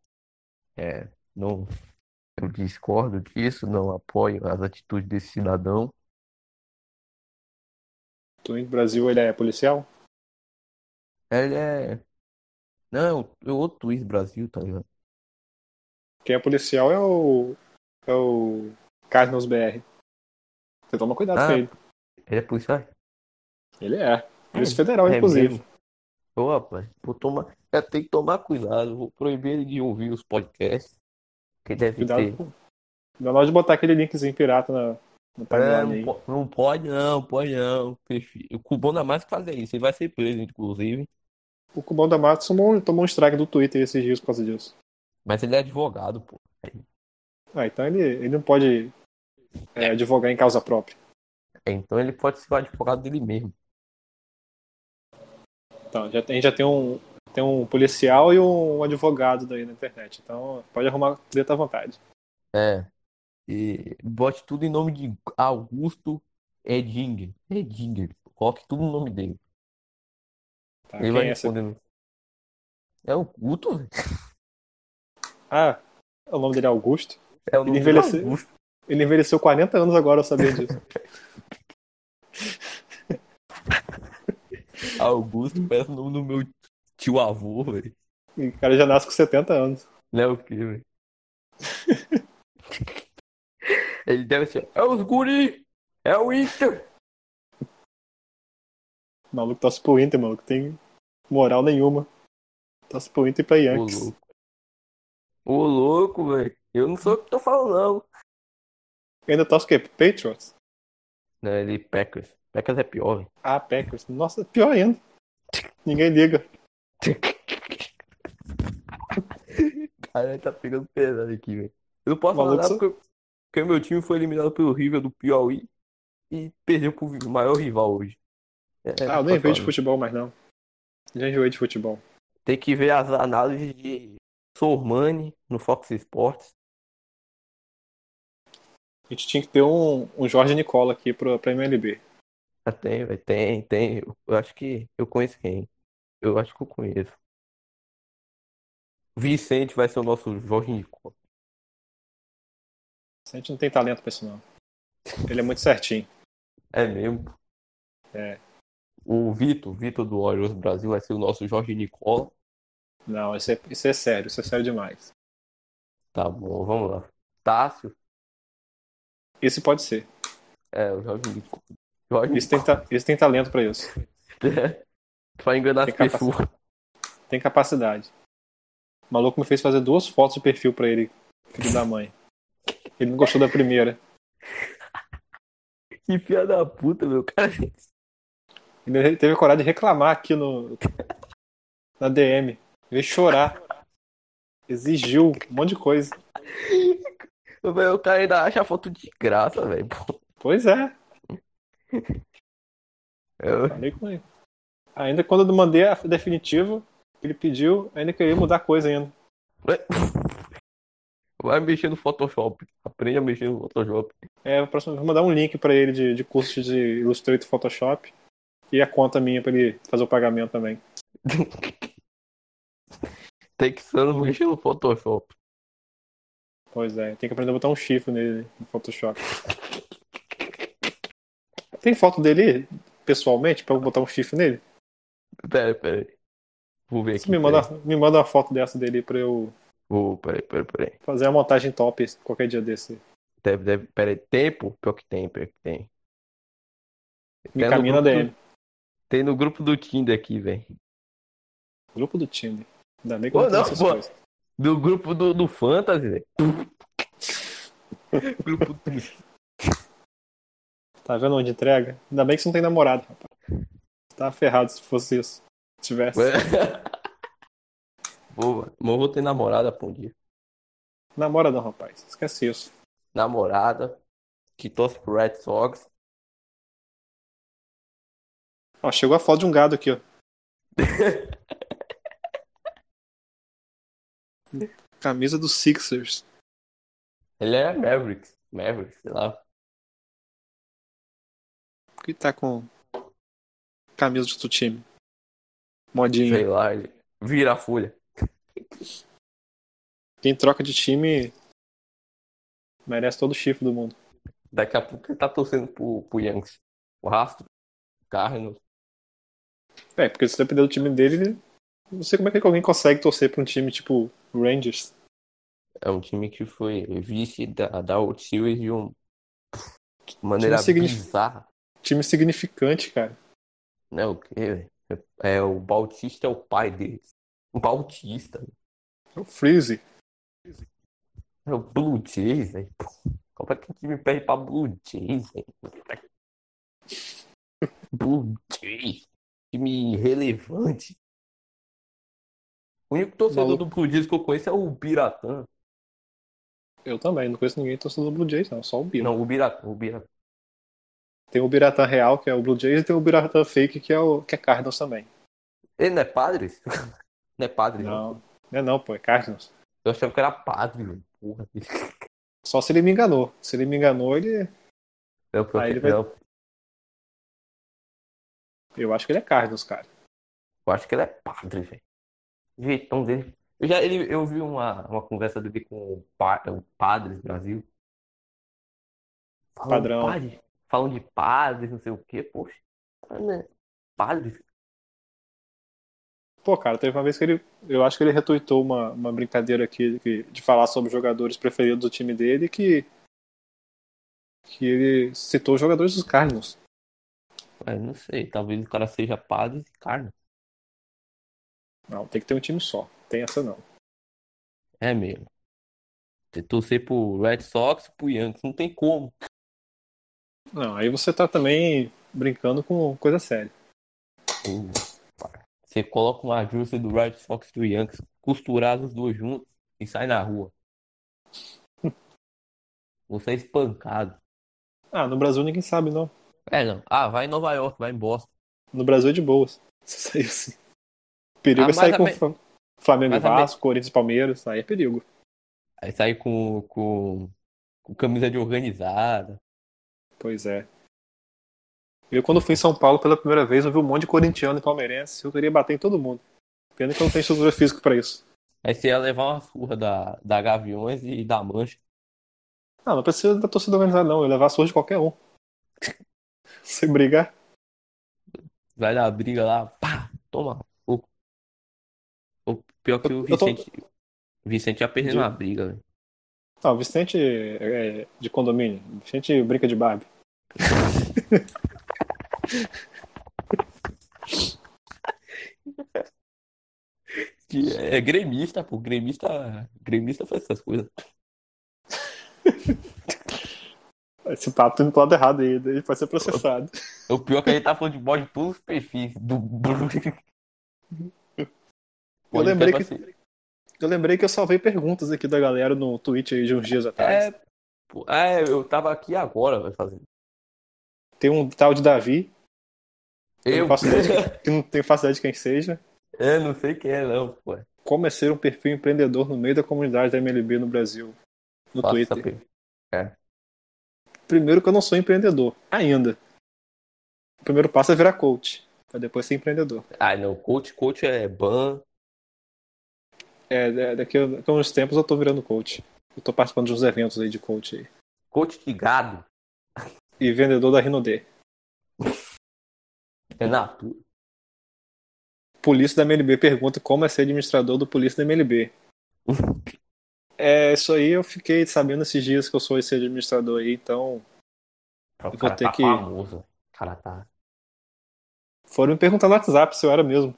É, não. Eu discordo disso, não apoio as atitudes desse cidadão. Tu em Brasil ele é policial? Ele é. Não, é o- é o outro Twins Brasil, tá ligado? Quem é policial é o. É o. Carlos BR. Você toma cuidado Ah. com ele. Ele é policial? Ele é. Polícia Federal, É inclusive. mesmo? Ô, rapaz, vou tomar. Eu tenho que tomar cuidado, vou proibir ele de ouvir os podcasts. Que deve Cuidado ter com, Melhor de botar aquele linkzinho pirata na, É, na timeline não, aí. po- não pode não, pode não. Perfil. O Cubona mais que fazer isso, ele vai ser preso, inclusive. O Cubão da Mata tomou, tomou um strike do Twitter esses dias por causa disso. Mas ele é advogado, pô. Ah, então ele, ele não pode é, advogar em causa própria. É, Então ele pode ser o advogado dele mesmo. Então, já, tem- a gente já tem um, tem um policial e um advogado daí na internet. Então pode arrumar treta à vontade. É. E bote tudo em nome de Augusto Edinger. Edinger. Coloque tudo no nome dele. Tá, Ele quem vai é essa? respondendo. É o culto, velho. Ah, o nome dele é Augusto. É o nome dele, envelheceu. Augusto. Ele envelheceu 40 anos agora, eu sabia disso. Augusto parece o nome do meu tio avô, velho. E o cara já nasce com 70 anos. Não é o quê, velho? Ele deve ser. É os guri! É o Inter! O maluco torce pro Inter, maluco. Tem moral nenhuma. Torce pro Inter e pra Ô Yankees. louco. Ô louco, velho. Eu não sou o que tô falando, não. Ainda torce o quê? Pro Patriots? Não, ele Packers. Packers é pior, velho. Ah, Packers. Nossa, pior ainda. Ninguém liga. Cara, tá pegando pesado aqui, velho. Eu não posso falar Maluco, nada só- porque, porque meu time foi eliminado pelo River do Piauí e perdeu pro vi- maior rival hoje. É, Ah, não eu pode nem vejo de falar. futebol mais não. Já enjoei de futebol. Tem que ver as análises de Sormani no Fox Sports. A gente tinha que ter um, um Jorge Nicola aqui pro, pra MLB. Ah, tem, velho. Tem, tem. Eu, eu acho que eu conheço quem. Eu acho que eu conheço. Vicente vai ser o nosso Jorge Nicola. A gente não tem talento pra isso não. Ele é muito certinho. É mesmo. É. O Vitor, Vitor do Orioles Brasil vai ser o nosso Jorge Nicola. Não, isso é, isso é sério, isso é sério demais. Tá bom, vamos lá. Tássio. Esse pode ser. É, o Jorge Nico. Jorge Esse tem, ta- esse tem talento pra isso. Nico. Pra enganar Tem as pessoas. Tem capacidade. O maluco me fez fazer duas fotos de perfil pra ele, filho da mãe. Ele não gostou da primeira. Que filha da puta, meu cara. Ele teve a coragem de reclamar aqui no na DM. Veio chorar. Exigiu um monte de coisa. Velho, O cara ainda acha a foto de graça, velho. Pô, Pois é. eu- Falei com ele. Ainda quando eu mandei a definitiva, ele pediu, ainda queria mudar coisa ainda. Vai mexer no Photoshop. Aprende a mexer no Photoshop. É, a próxima- vou mandar um link pra ele de, de curso de Illustrator e Photoshop e a conta minha pra ele fazer o pagamento também. Texano mexer no Photoshop. Pois é, tem que aprender a botar um chifre nele no Photoshop. Tem foto dele pessoalmente pra eu botar um chifre nele? Pera, pera aí. Vou ver Você aqui. me pera manda, aí. me manda uma foto dessa dele pra eu Vou, pera aí, pera aí, pera aí. fazer a montagem top qualquer dia desse. Deve, deve, pera aí. Tempo? Pior que tem, pior que tem. Me Tem no encaminha na grupo do- DM. Tem no grupo do Tinder aqui, velho. Grupo do Tinder. Ainda bem que eu Ô, não tenho não, essas pô. coisas. Do grupo do, do Fantasy, velho. grupo do Tá vendo onde entrega? Ainda bem que você não tem namorado, rapaz. Tá ferrado se fosse isso. Se tivesse. Boa. Mas eu vou ter namorada pra um dia. Namora não, rapaz. Esquece isso. Namorada que torce pro Red Sox. Ó, chegou a foto de um gado aqui, ó. Camisa do Sixers. Ele é Mavericks. Mavericks, sei lá. Por que tá com camisa do seu time? Modinha. Sei lá. Ele vira a folha. Quem troca de time merece todo o chifre do mundo. Daqui a pouco ele tá torcendo pro, pro Yankees. O Rastro. Carlos. É, porque se depender do time dele, ele- não sei como é que alguém consegue torcer pra um time tipo Rangers. É um time que foi vice da, da World Series de um- maneira Time signifi- bizarra. Time significante, cara. Não é o quê, velho? É, o Bautista é o pai deles. O Bautista. É o Freeze. É o Blue Jays, velho. Pô, Como é que o time perde pra Blue Jays, velho? Puta que- Blue Jays. Time irrelevante. O único torcedor Maluco. do Blue Jays que eu conheço é o Biratã. Eu também, não conheço ninguém torcedor do Blue Jays, não, só o Bila. Não, o Biratã, o Biratã. Tem o Biratã real, que é o Blue Jays, e tem o Biratã fake, que é o que é Cardinals também. Ele não é padre? Não é padre, não. Não, não é não, pô, é Cardinals. Eu achava que era padre, velho. Porra. Só se ele me enganou. Se ele me enganou, ele. Não, pior Aí que- ele vai- não, Eu acho que ele é Cardinals, cara. Eu acho que ele é padre, velho. O Jeitão dele. Eu, já, ele, eu vi uma, uma conversa dele com o, pa, é o Padres Brasil. Falando Padrão. De padre, falando de padres, não sei o quê, poxa. Ah, né? Padres. Pô, cara, teve uma vez que ele. Eu acho que ele retuitou uma, uma brincadeira aqui que- de falar sobre os jogadores preferidos do time dele que. Que ele citou os jogadores dos Cardinals. É, não sei, talvez o cara seja padre e carne. Não, tem que ter um time só. Tem essa não. É mesmo. Você torcer pro Red Sox, pro Yankees, não tem como. Não, aí você tá também brincando com coisa séria. Pô, cara. Você coloca uma justa do Red Sox e do Yankees, costurados os dois juntos e sai na rua. Você é espancado. Ah, no Brasil ninguém sabe, não. É, não. Ah, vai em Nova York, vai em Boston. No Brasil é de boas. Você saiu assim. O perigo Ah, é sair mas com a me- Flam- Flamengo e mas a me- Vasco, Corinthians e Palmeiras. Aí é perigo. Aí sai com, com, com camisa de organizada. Pois é. Eu, quando fui em São Paulo pela primeira vez, eu vi um monte de corintiano e palmeirense. Eu queria bater em todo mundo. Pena que eu não tenho estrutura física pra isso. Aí você ia levar uma surra da, da Gaviões e da Mancha. Não, não precisa da torcida organizada, não. Eu ia levar a surra de qualquer um. Sem brigar. Vai na briga lá, pá, toma. O, o pior que o Eu tô- Vicente. O Vicente ia perdendo Diga. a briga, velho. Não, o Vicente é é de condomínio. O Vicente brinca de Barbie. Que É gremista, pô. Gremista, gremista faz essas coisas. Esse papo tá indo pro lado errado aí. Ele pode ser processado. O pior é que a gente tá falando de bode de todos os perfis. Do... Eu lembrei que- Eu lembrei que eu salvei perguntas aqui da galera no Twitch aí de uns dias atrás. É, pô, é, eu tava aqui agora vai fazendo. Tem um tal de Davi, Eu Eu, faço ideia que não tenho faço ideia de quem seja. eu não sei quem é, não, pô. Como é ser um perfil empreendedor no meio da comunidade da MLB no Brasil? No Faça Twitter. per- Primeiro que eu não sou empreendedor, ainda. O primeiro passo é virar coach, pra depois ser empreendedor. Ah, não, coach, coach é ban. É, da- daqui a, daqui a uns tempos eu tô virando coach. Eu tô participando de uns eventos aí de coach aí. Coach de gado. E vendedor da Rinode. É natu. Polícia da MLB pergunta como é ser administrador do Polícia da MLB. É, isso aí eu fiquei sabendo esses dias que eu sou esse administrador aí, então O vou cara ter tá que- famoso. O cara tá. foram me perguntar no WhatsApp se eu era mesmo.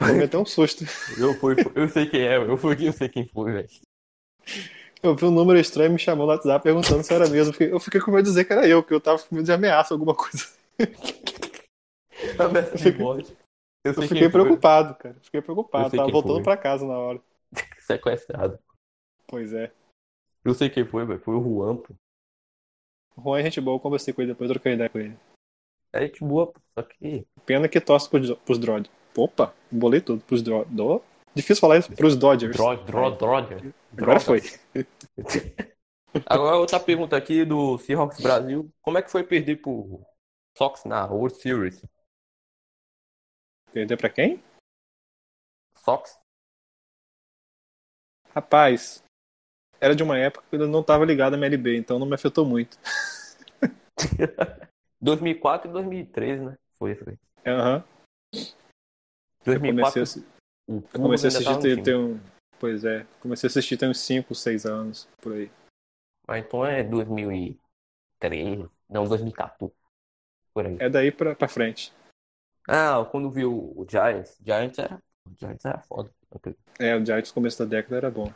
Foi até um susto. Eu fui, eu sei quem é, eu fui, eu sei quem foi, velho. Eu vi um número estranho e me chamou no WhatsApp perguntando se era mesmo. Eu fiquei- Eu fiquei com medo de dizer que era eu, que eu tava com medo de ameaça, alguma coisa. A mesa de bode. Eu Eu sei fiquei quem foi. preocupado, cara. Fiquei Eu preocupado. sei Tava quem voltando foi. pra casa na hora. Sequestrado. Pois é. Eu sei quem foi, velho. Foi o Juan, pô. O Juan é gente boa, eu conversei com ele depois, troquei ideia com ele. É gente boa, pô. Só que. Pena que torce pros, do- pros Dodgers. Opa, embolei tudo. Pros Dodgers. Difícil falar isso. Pros Dodgers. Dro, dro, droga. Agora Droga. foi. Agora outra pergunta aqui do Seahawks Brasil. Como é que foi perder pro Sox na World Series? Perder pra quem? Sox? Rapaz, era de uma época que eu não tava ligado à MLB, então não me afetou muito. 2004 e 2013, né? Foi isso aí. Aham. Eu comecei 2004, a assistir- o tá? Eu comecei a Turbo ainda tava assistir no tem, time. tem um. Pois é, comecei a assistir tem uns 5, 6 anos, por aí. Mas então é 2003, não, 2014. Por aí. É daí pra, pra frente. Ah, quando viu o Giants, Giants era, o Giants era foda. É, o Giants no começo da década era bom.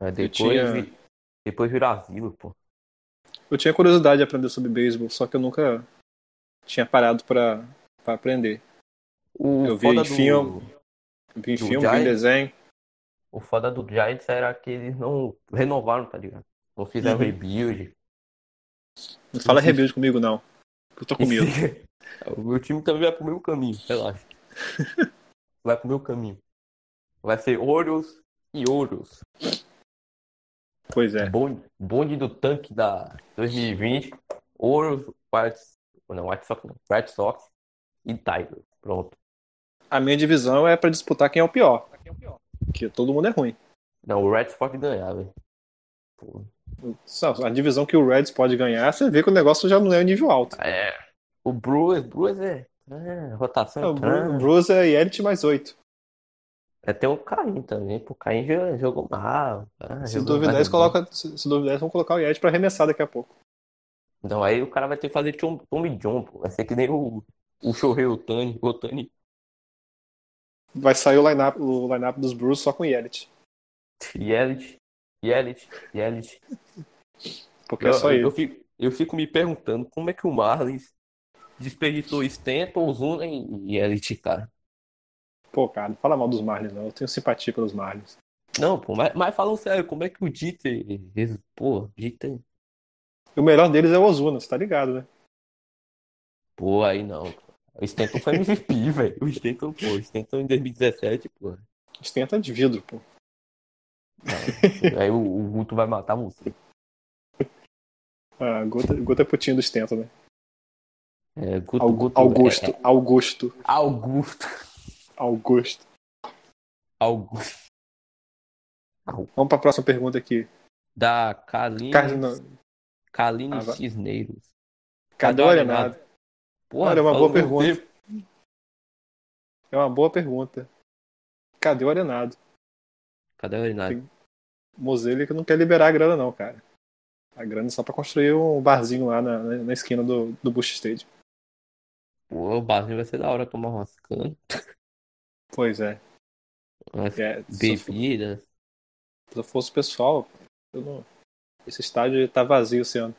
Aí Eu depois, tinha- vi- depois virar vila, pô. Eu tinha curiosidade de aprender sobre beisebol, só que eu nunca tinha parado pra, pra aprender. O Eu vi foda em do... filme. Vi em Do filme, vi em Giants? desenho. O foda do Giants era que eles não renovaram, tá ligado? Não fizeram Uhum. rebuild. Não Uhum. fala rebuild comigo, não. Eu tô com medo. É, O meu time também vai pro meu caminho, relaxa. Vai pro meu caminho. Vai ser Orioles e Orioles. Pois é. Bonde, bonde do tanque da 2020. Orioles, White, não, White Sox não. White Sox e Tigers. Pronto. A minha divisão é pra disputar quem é o pior. Que todo mundo é ruim. Não, o Reds pode ganhar, velho. Pô, Só- A divisão que o Reds pode ganhar, você vê que o negócio já não é um nível alto. É. O Brewers, Brewers é, é rotação O entrando. Bru- o Bruce é Elite mais 8. É, Tem o Caim também, pô. O Caim já jogou mal. Ah, Se jogou duvidar, mais eles ou colocam, se se duvidar, eles vão colocar o Yeti pra arremessar daqui a pouco. menos. Não, aí o cara vai ter que fazer Tom- Tommy John, pô. Vai ser que nem o, o Shohei Otani. Otani. Vai sair o lineup, o lineup dos Bruce só com o Yelich. Yelich. Yelich. Yelich. Porque Eu, é só eu, ele. fico, eu fico me perguntando como é que o Marlins desperdiçou Stanton, Ozuna e Yelich, cara. Pô, cara, não fala mal dos Marlins, não. Eu tenho simpatia pelos Marlins. Não, pô, mas, mas falando sério, como é que o Dieter... res- Pô, Dieter... E o melhor deles é o Ozuna, você tá ligado, né? Pô, aí não, pô. O Stanton foi MVP, velho. O Stanton, pô. O Stanton em 2017, pô. A gente tem até de vidro, pô. Aí o, o Guto vai matar você. Ah, gota, gota é putinho do Stento, né? É, Guto, Au- Guto- Augusto, é, é, Augusto, Augusto. Augusto. Augusto. Vamos pra próxima pergunta aqui. Da Kaline, Carlinhos, Kaline Ah, vai. Cisneiros. Cadê cadê o o Arenado? Porra, Olha, é uma falou boa meu pergunta. tempo. É uma boa pergunta. Cadê o Arenado? Cadê o Renato? Mozele que não quer liberar a grana, não, cara. A grana é só pra construir um barzinho lá na, na- na esquina do, do Bush Stage. Pô, o barzinho vai ser da hora tomar umas canas, Pois é. umas é se, eu, fo- bebidas. se eu fosse o pessoal, eu não- esse estádio tá vazio esse ano.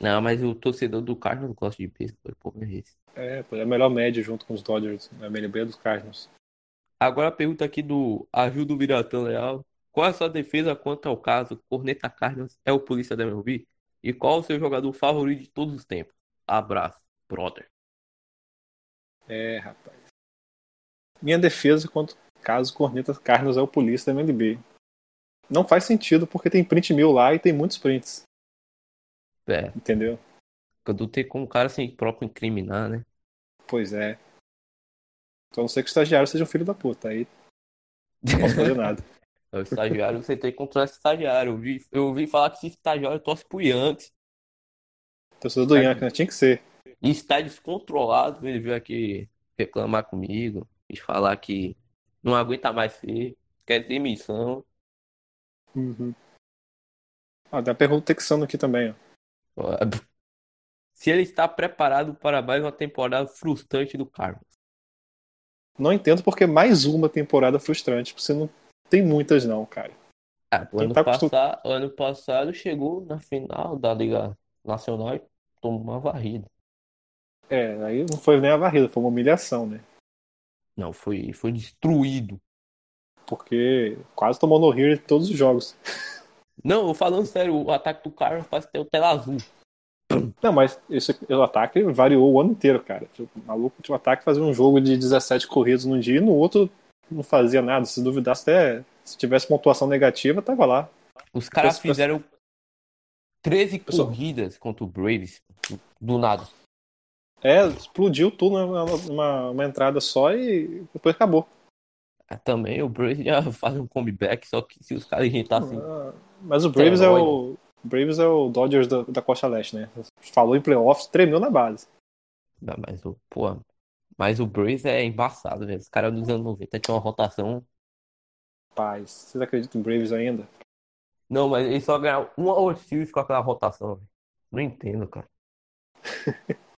Não, mas o torcedor do Carlos gosta de beisebol, pô, é isso. É, pô, é a melhor média junto com os Dodgers, na MLB dos Cardinals. Agora a pergunta aqui do Ajuda o Biratã Leal. Qual a sua defesa quanto ao caso Corneta Cardinals é o polícia da MLB? E qual o seu jogador favorito de todos os tempos? Abraço, brother. É, rapaz. Minha defesa quanto caso Corneta Carlos é o polícia da MLB. Não faz sentido porque tem print mil lá e tem muitos prints, É, entendeu? quando tem como o cara sem próprio incriminar, né? Pois é. Então a não ser que o estagiário seja um filho da puta, aí não posso fazer nada. É o estagiário, você tem que controlar esse estagiário. Eu ouvi, eu ouvi falar que esse estagiário torce pro Yankees Torcedor do Yankee, né? Tinha que ser. e está descontrolado. Ele veio aqui reclamar comigo e falar que não aguenta mais ser, quer demissão. Uhum. Ah, tem uma pergunta texana aqui também, ó. Se ele está preparado para mais uma temporada frustrante do Carlos. Não entendo porque mais uma temporada frustrante, porque você não tem muitas não, cara. Ah, pô, Ele ano, tá acostum- passa- ano passado chegou na final da Liga Nacional e tomou uma varrida. É, aí não foi nem a varrida, foi uma humilhação, né? Não, foi, foi destruído. Porque quase tomou no Rio em todos os jogos. Não, eu falando sério, o ataque do Carlos parece ter o tela azul. Não, mas esse, o ataque variou o ano inteiro, cara. O maluco tinha um ataque fazia um jogo de 17 corridas num dia e no outro não fazia nada. Se duvidasse até se tivesse pontuação negativa, tava lá. Os caras Pessoal- fizeram 13 Pessoal- corridas contra o Braves do nada. É, explodiu tudo numa uma, uma entrada só e depois acabou. Ah, Também o Braves já faz um comeback, só que se os caras assim, inventassem. Ah, Mas o Braves é o. o Braves é o Dodgers da, da Costa Leste, né? Falou em playoffs, tremeu na base. Ah, Mas o, pô, mas o Braves é embaçado, velho. Os caras dos anos 90 tinham uma rotação. Paz, vocês acreditam em Braves ainda? Não, mas eles só ganharam uma World Series com aquela rotação, velho. Não entendo, cara. É-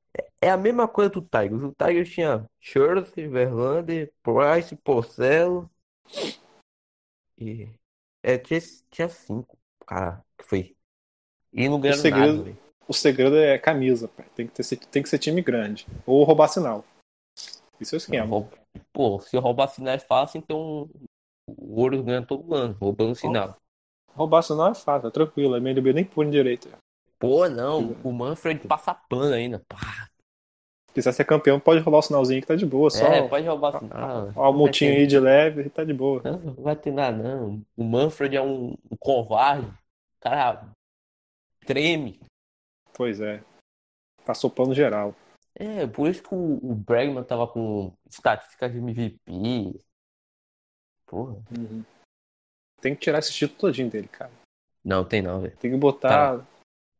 É a mesma coisa do Tigers. O Tigers tinha Scherzer, Verlander, Price, Porcelo e É, tinha, tinha cinco, cara, que foi. E não O ganharam segredo- nada, velho. O segredo é camisa, pai. Tem que, ter, tem que ser time grande. Ou roubar sinal. Isso é o esquema. Roub- Pô, se roubar sinal é fácil, então o ouro ganha todo ano, roubando sinal. Roubar sinal é fácil, é tranquilo. A MLB nem pune direito. Se Pô, não, o Manfred passa pano ainda. Pá. quiser ser campeão, pode rolar o sinalzinho que tá de boa. Só Ah, É, pode roubar sinal. ó, a multinha ter- aí de leve, tá de boa. Não, não vai ter nada, não. O Manfred é um, um covarde. O cara treme. Pois é. Passou pano geral. É, por isso que o, o Bregman tava com estatística de MVP. Porra. Tem que tirar esse título todinho dele, cara. Não, tem não, velho. Tem que botar. Tá.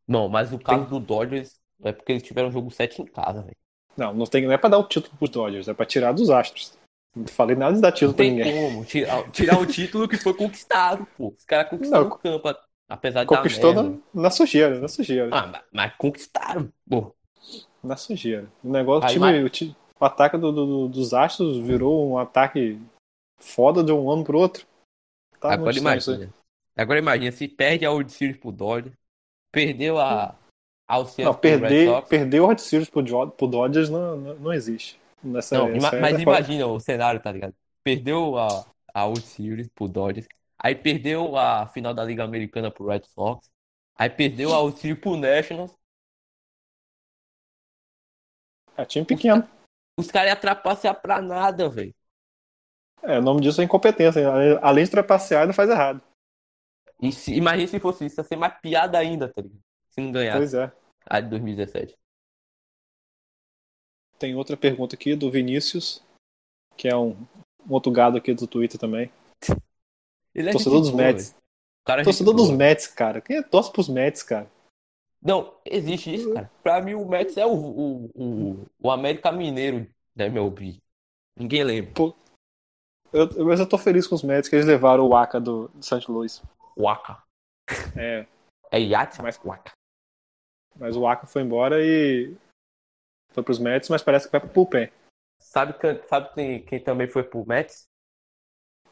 Não, mas o caso do Dodgers é porque eles tiveram jogo 7 em casa, velho. Não, não, tem, não é pra dar o título pros Dodgers, é pra tirar dos Astros. Não falei nada de dar título Não pra tem ninguém. como tirar, tirar o título que foi conquistado, pô. Os caras conquistaram Não, o campo, a- apesar de dar Conquistou né? merda. na, na sujeira, na sujeira. Ah, mas, mas conquistaram, pô. Na sujeira. O negócio, o Aí time, vai. o, ti- o ataque do- do- do- dos Astros virou um ataque foda de um ano pro outro. Tá muito Agora estranho isso aí. imagina. Agora imagina, se perde a World Series pro Dodgers, perdeu a, a Oceano Não, pro Red perder, Sox. perder o Hot Series pro, Jo- pro Dodgers não, não, não existe. Nessa, Não, ima- essa é mas fora- imagina o cenário, tá ligado? Perdeu a, a World Series pro Dodgers, aí perdeu a final da Liga Americana pro Red Sox, aí perdeu a World Series pro Nationals, É time pequeno. os caras iam trapacear pra nada, velho. É, o nome disso é incompetência. Ale- Além de trapacear, não faz errado. E se- Imagina se fosse isso, ia ser mais piada ainda, tá ligado? Se não ganhasse Pois é. a de 2017. Tem outra pergunta aqui do Vinícius, que é um, um outro gado aqui do Twitter também. Ele é Torcedor gente dos boa, Mets. velho. O cara é Torcedor gente dos boa. Mets, cara. Quem é torce pros Mets, cara? Não, existe isso, cara. Pra mim, o Mets é o, o, o, o América Mineiro da MLB. Ninguém lembra. Eu, eu- mas eu tô feliz com os Mets que eles levaram o Aka do, do St. Louis. Waka. É, É Yates? Mas- Waka. mas o Aka foi embora e foi pros Mets, mas parece que vai pro Pulpen. Sabe, quem- sabe quem, quem também foi pro Mets?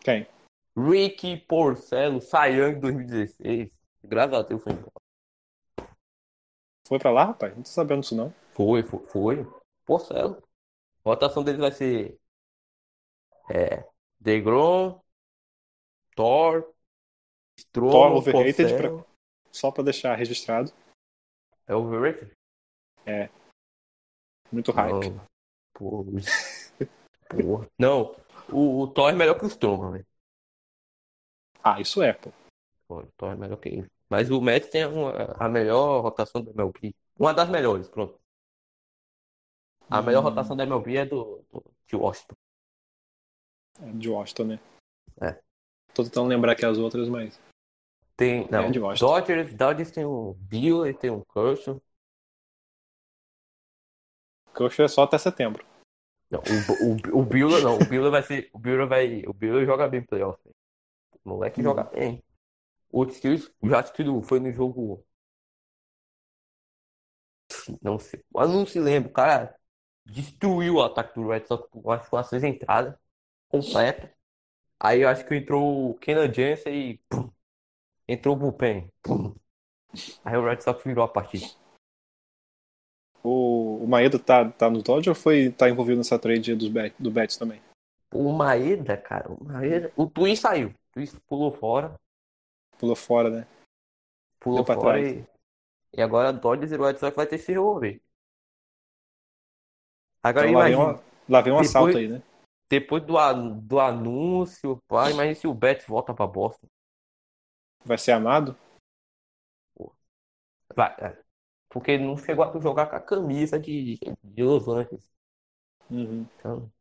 Quem? Ricky Porcello, Cy Young 2016. Graças a Deus foi embora. Foi pra lá, rapaz? Não tô sabendo disso, não. Foi, foi, foi. Porcelo. A rotação dele vai ser é, DeGrom, Thor, Stroman, Thor, overrated Porcello. Só pra deixar registrado. É overrated? Muito hype. Não. Pô, porra. Não, o, o Thor é melhor que o Stroman, velho. Ah, isso é, pô. Pô, O Thor é melhor que ele. Mas o Mets tem uma- a melhor rotação da MLB. Uma das melhores, pronto. A melhor Hum. rotação da MLB é do, do de Washington. É de Washington, né? É. Tô tentando lembrar aqui as outras, mas. Tem, não, de Washington. Dodgers, Dodgers tem um Buehler, tem um Kershaw. Coxa é só até setembro. Não, o, o, o Buehler não, o Buehler vai ser, o Buehler vai, o Buehler joga bem playoff. O moleque Hum. joga bem. O Skills, já acho que do- foi no jogo não sei, mas não se lembro, o cara destruiu o ataque do Red Sox, com- acho que com as seis entradas completo. Aí eu acho que entrou o Kenan Jensen e pum, entrou o bullpen. Pum. Aí o Red Sox virou a partida. O, o Maeda tá, tá no Dodge ou foi, tá envolvido nessa trade dos Bet, do Betts também? O Maeda, cara, o Maeda, o Twin saiu, o Twin pulou fora. Pulou fora, né? Pulou Deu pra fora trás. e, e agora Dodgers e Red Sox vai ter que se resolver. Agora Então, lá, vem imagina, uma, lá vem um Depois- assalto aí, né? depois do, an- do anúncio, pá, imagina se o Betts volta pra Boston. Vai ser amado? Vai, é. porque ele não chegou a jogar com a camisa de, de Los Angeles. Uhum. Então,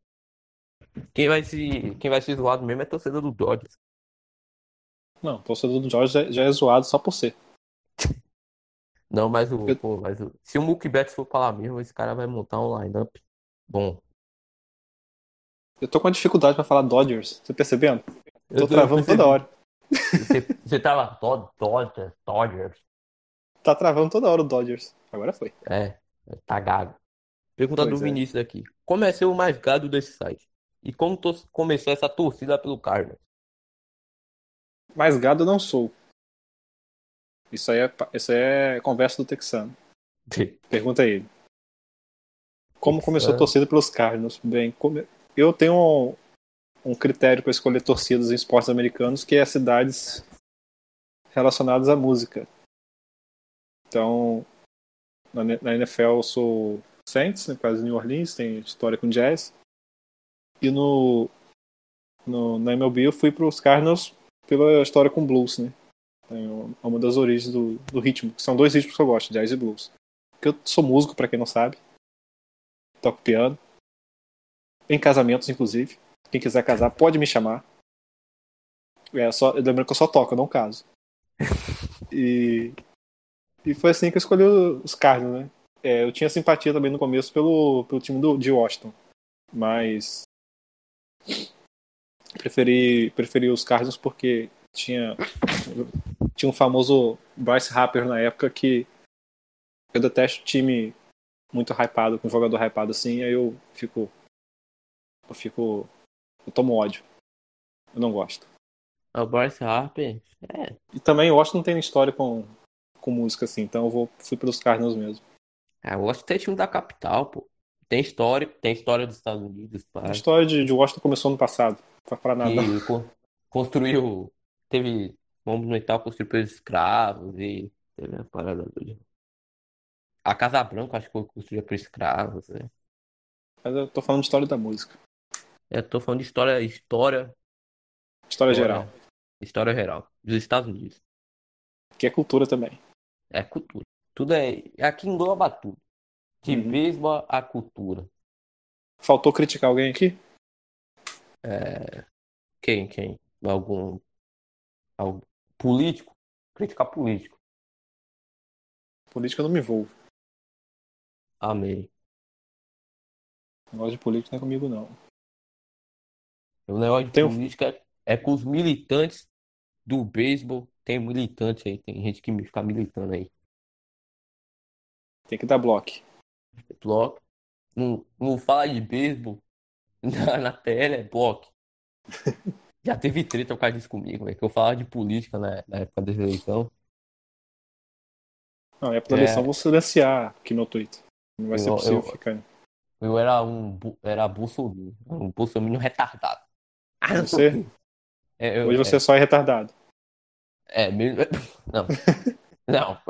quem vai se, quem vai se zoar mesmo é torcedor do Dodgers. Não, o torcedor do Jorge já, já é zoado só por ser. Não, mas o, Eu- pô, mas o, se o Mookie Betts for pra lá mesmo, esse cara vai montar um lineup bom. Eu tô com uma dificuldade pra falar Dodgers, você percebendo? Tô Eu travando toda hora. Você, você tá lá, "Do- Dodgers, Dodgers. Tá travando toda hora o Dodgers. Agora foi. É, tá gago. Pergunta Pois do é. Vinícius aqui. Como é ser o mais gado desse site? E como tor- começou essa torcida pelo Cardinals? Mas gado eu não sou. Isso aí é, pa- isso aí é conversa do texano. Pergunta a ele. Como começou a torcida pelos Cardinals? Bem, come- eu tenho um, um critério para escolher torcidas em esportes americanos, que é cidades relacionadas à música. Então, na, N- na NFL eu sou Saints, né, quase New Orleans, tem história com jazz. E no, no na MLB eu fui para os Cardinals pela história com blues, né? É uma das origens do, do ritmo. que São dois ritmos que eu gosto, jazz e blues. Porque eu sou músico, pra quem não sabe. Toco piano. Em casamentos, inclusive. Quem quiser casar, pode me chamar. É, só, lembrando que eu só toco, eu não caso. E, e foi assim que eu escolhi os Cardinals, né? É, eu tinha simpatia também no começo pelo, pelo time do, de Washington. Mas preferi, preferi os Cardinals porque tinha, tinha um famoso Bryce Harper na época que eu detesto time muito hypado, com jogador hypado assim, aí eu fico. Eu fico. Eu tomo ódio. Eu não gosto. A Bryce Harper. É. E também eu acho que não tem história com, com música assim, então eu vou, fui pelos Cardinals mesmo. Ah, eu gosto de ter time da capital, pô. Tem história, tem história dos Estados Unidos, A pá. história de, de Washington começou no passado, não para nada. não. E co- construiu. Teve. Vamos no Itaú construir pelos escravos e teve uma parada doida. A Casa Branca, acho que foi construída por escravos, né? Mas eu tô falando de história da música, Eu tô falando de história, história, história geral. geral, História geral. Dos Estados Unidos. né? que é cultura também. É cultura. Tudo é. Aqui engloba tudo. De Uhum. beisebol a cultura. Faltou criticar alguém aqui? Quem, quem? Algum. algum político? Criticar político. Política eu não me envolvo. Amei. Negócio de política não é comigo, não. O negócio de Tem um- política é, é com os militantes do beisebol. Tem militante aí, tem gente que fica militando aí. Tem que dar bloco. Bloco. Não, não fala de beisebol na, na tela, é bloco. Já teve treta por causa disso comigo, velho. Que eu falava de política na, na época da eleição. Não, é pra É. eleição, eu vou silenciar aqui meu tweet. Não vai ser Eu- possível eu- ficar. Eu era um, bu- era bolsominion, era um bolsominion retardado. Ah, não. Você? É, eu- Hoje você só é retardado. É, é mesmo. Não. Não.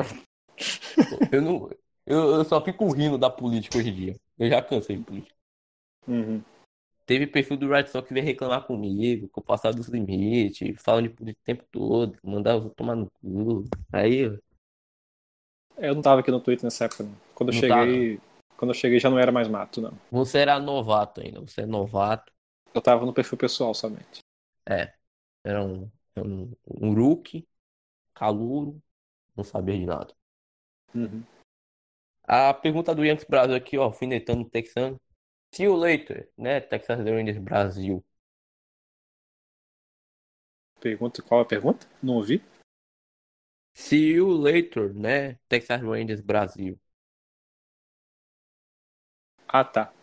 Eu não. Eu, eu só fico rindo da política hoje em dia. Eu já cansei de política. Uhum. Teve perfil do Red Sox que veio reclamar comigo, que eu passava dos limites, falando de política o tempo todo, mandar os outros tomar no cu. Aí, eu- É, Eu não tava aqui no Twitter nessa época, não. Quando eu Não cheguei. Quando eu cheguei já não era mais mato, não. você era novato ainda, você é novato, Eu tava no perfil pessoal somente. era um, era um, um rookie, calouro, não sabia de nada. Uhum. A pergunta do Yankees Brasil aqui, ó, alfinetando o Texano. See you later, né? Texas Rangers Brasil. Pergunta, qual é a pergunta? Não ouvi? See you later, né? Texas Rangers Brasil. Ah, tá.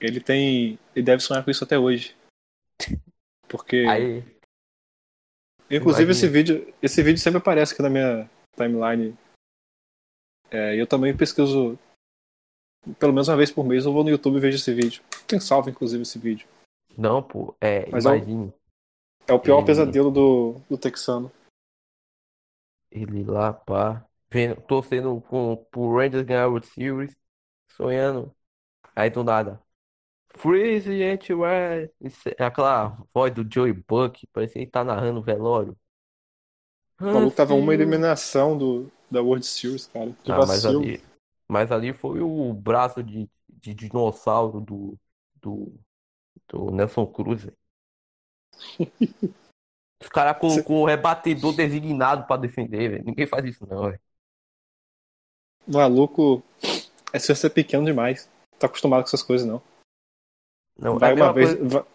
Ele tem. Ele deve sonhar com isso até hoje. Porque. Aí, Inclusive Imagina. esse vídeo, esse vídeo sempre aparece aqui na minha timeline. É, e eu também pesquiso pelo menos uma vez por mês, eu vou no YouTube e vejo esse vídeo. Tem salvo inclusive esse vídeo. não, pô, é, Mas é um- imagine É o pior É. pesadelo do, do texano. ele lá, pá, vendo, torcendo com, pro Rangers ganhar a World Series, sonhando. Aí do nada. Freeze, gente, ué. Isso é Aquela voz do Joey Buck, parecia que ele tá narrando o velório. O maluco tava Ah, uma see you eliminação do, da World Series, cara. Que Ah, mas vacilo. ali, mas ali foi o braço de, de dinossauro do, do, do Nelson Cruz. velho. Os caras com, Cê- com o rebatedor designado pra defender, velho. Ninguém faz isso não, velho. O maluco é se você é pequeno demais. Tá acostumado com essas coisas, não. Não, é Vai a mesma uma vez, coisa- va-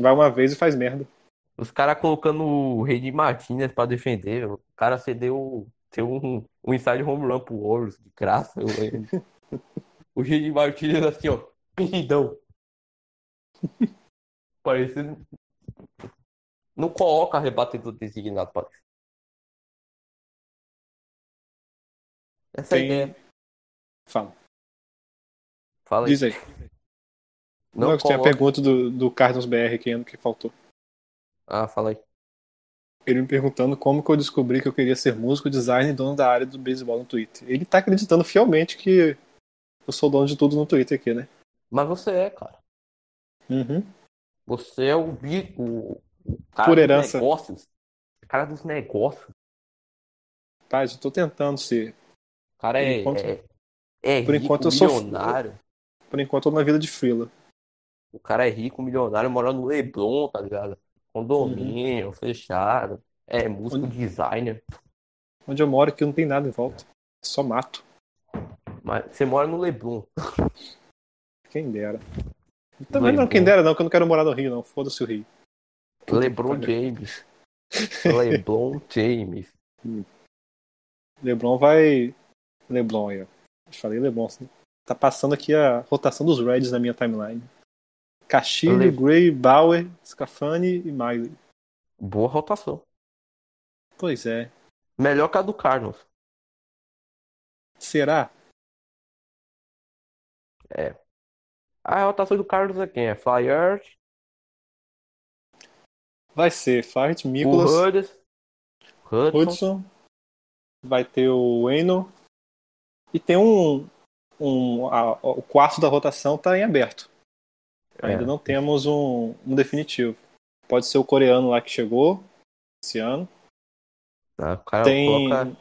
vai uma vez e faz merda. os caras colocando o Rei Martinez pra defender, velho. O cara cedeu, deu um, um inside home run pro Warriors, de graça, eu lembro. O Rei Martinez assim, ó, perdidão. Parecendo Não coloca rebatedor designado para defesa. Essa é a Tem- ideia. Fala. Fala aí. Diz aí. Não, eu tinha a coloca- pergunta do, do Carlos BR que ano que faltou. Ah, fala aí. Ele me perguntando como que eu descobri que eu queria ser músico, designer e dono da área do beisebol no Twitter. Ele tá acreditando fielmente que eu sou dono de tudo no Twitter aqui, né? Mas você é, cara. Uhum. Você é o bico. O o cara Por dos herança. negócios. O cara dos negócios. Rapaz, eu tô tentando ser. O cara Por é. enquanto- é, é por rico, enquanto eu sou- milionário. Por enquanto, eu tô na vida de frila. O cara é rico, milionário, mora no Leblon, tá ligado? Condomínio, Uhum. fechado. É músico, designer. Onde eu moro aqui não tem nada em volta. É Só mato. Mas você mora no Leblon. Quem dera. Também não, Leblon. quem dera não, que eu não quero morar no Rio, não. Foda-se o Rio. LeBron James. LeBron James. Leblon vai. Leblon aí, ó. Eu Falei Leblon. assim. Tá passando aqui a rotação dos Reds na minha timeline. Castilho, Le- Gray, Bauer, Scafani e Miley. Boa rotação. Pois é. Melhor que a do Carlos. Será? Ah, A rotação do Carlos é quem? É Flyer, Vai ser Fart, o Nicholas, Hudson, Hudson, Hudson. Vai ter o Eno. E tem um. um a- o quarto da rotação tá em aberto. Ainda É. não temos um, um definitivo. Pode ser o coreano lá que chegou esse ano. Ah, o cara tem, coloca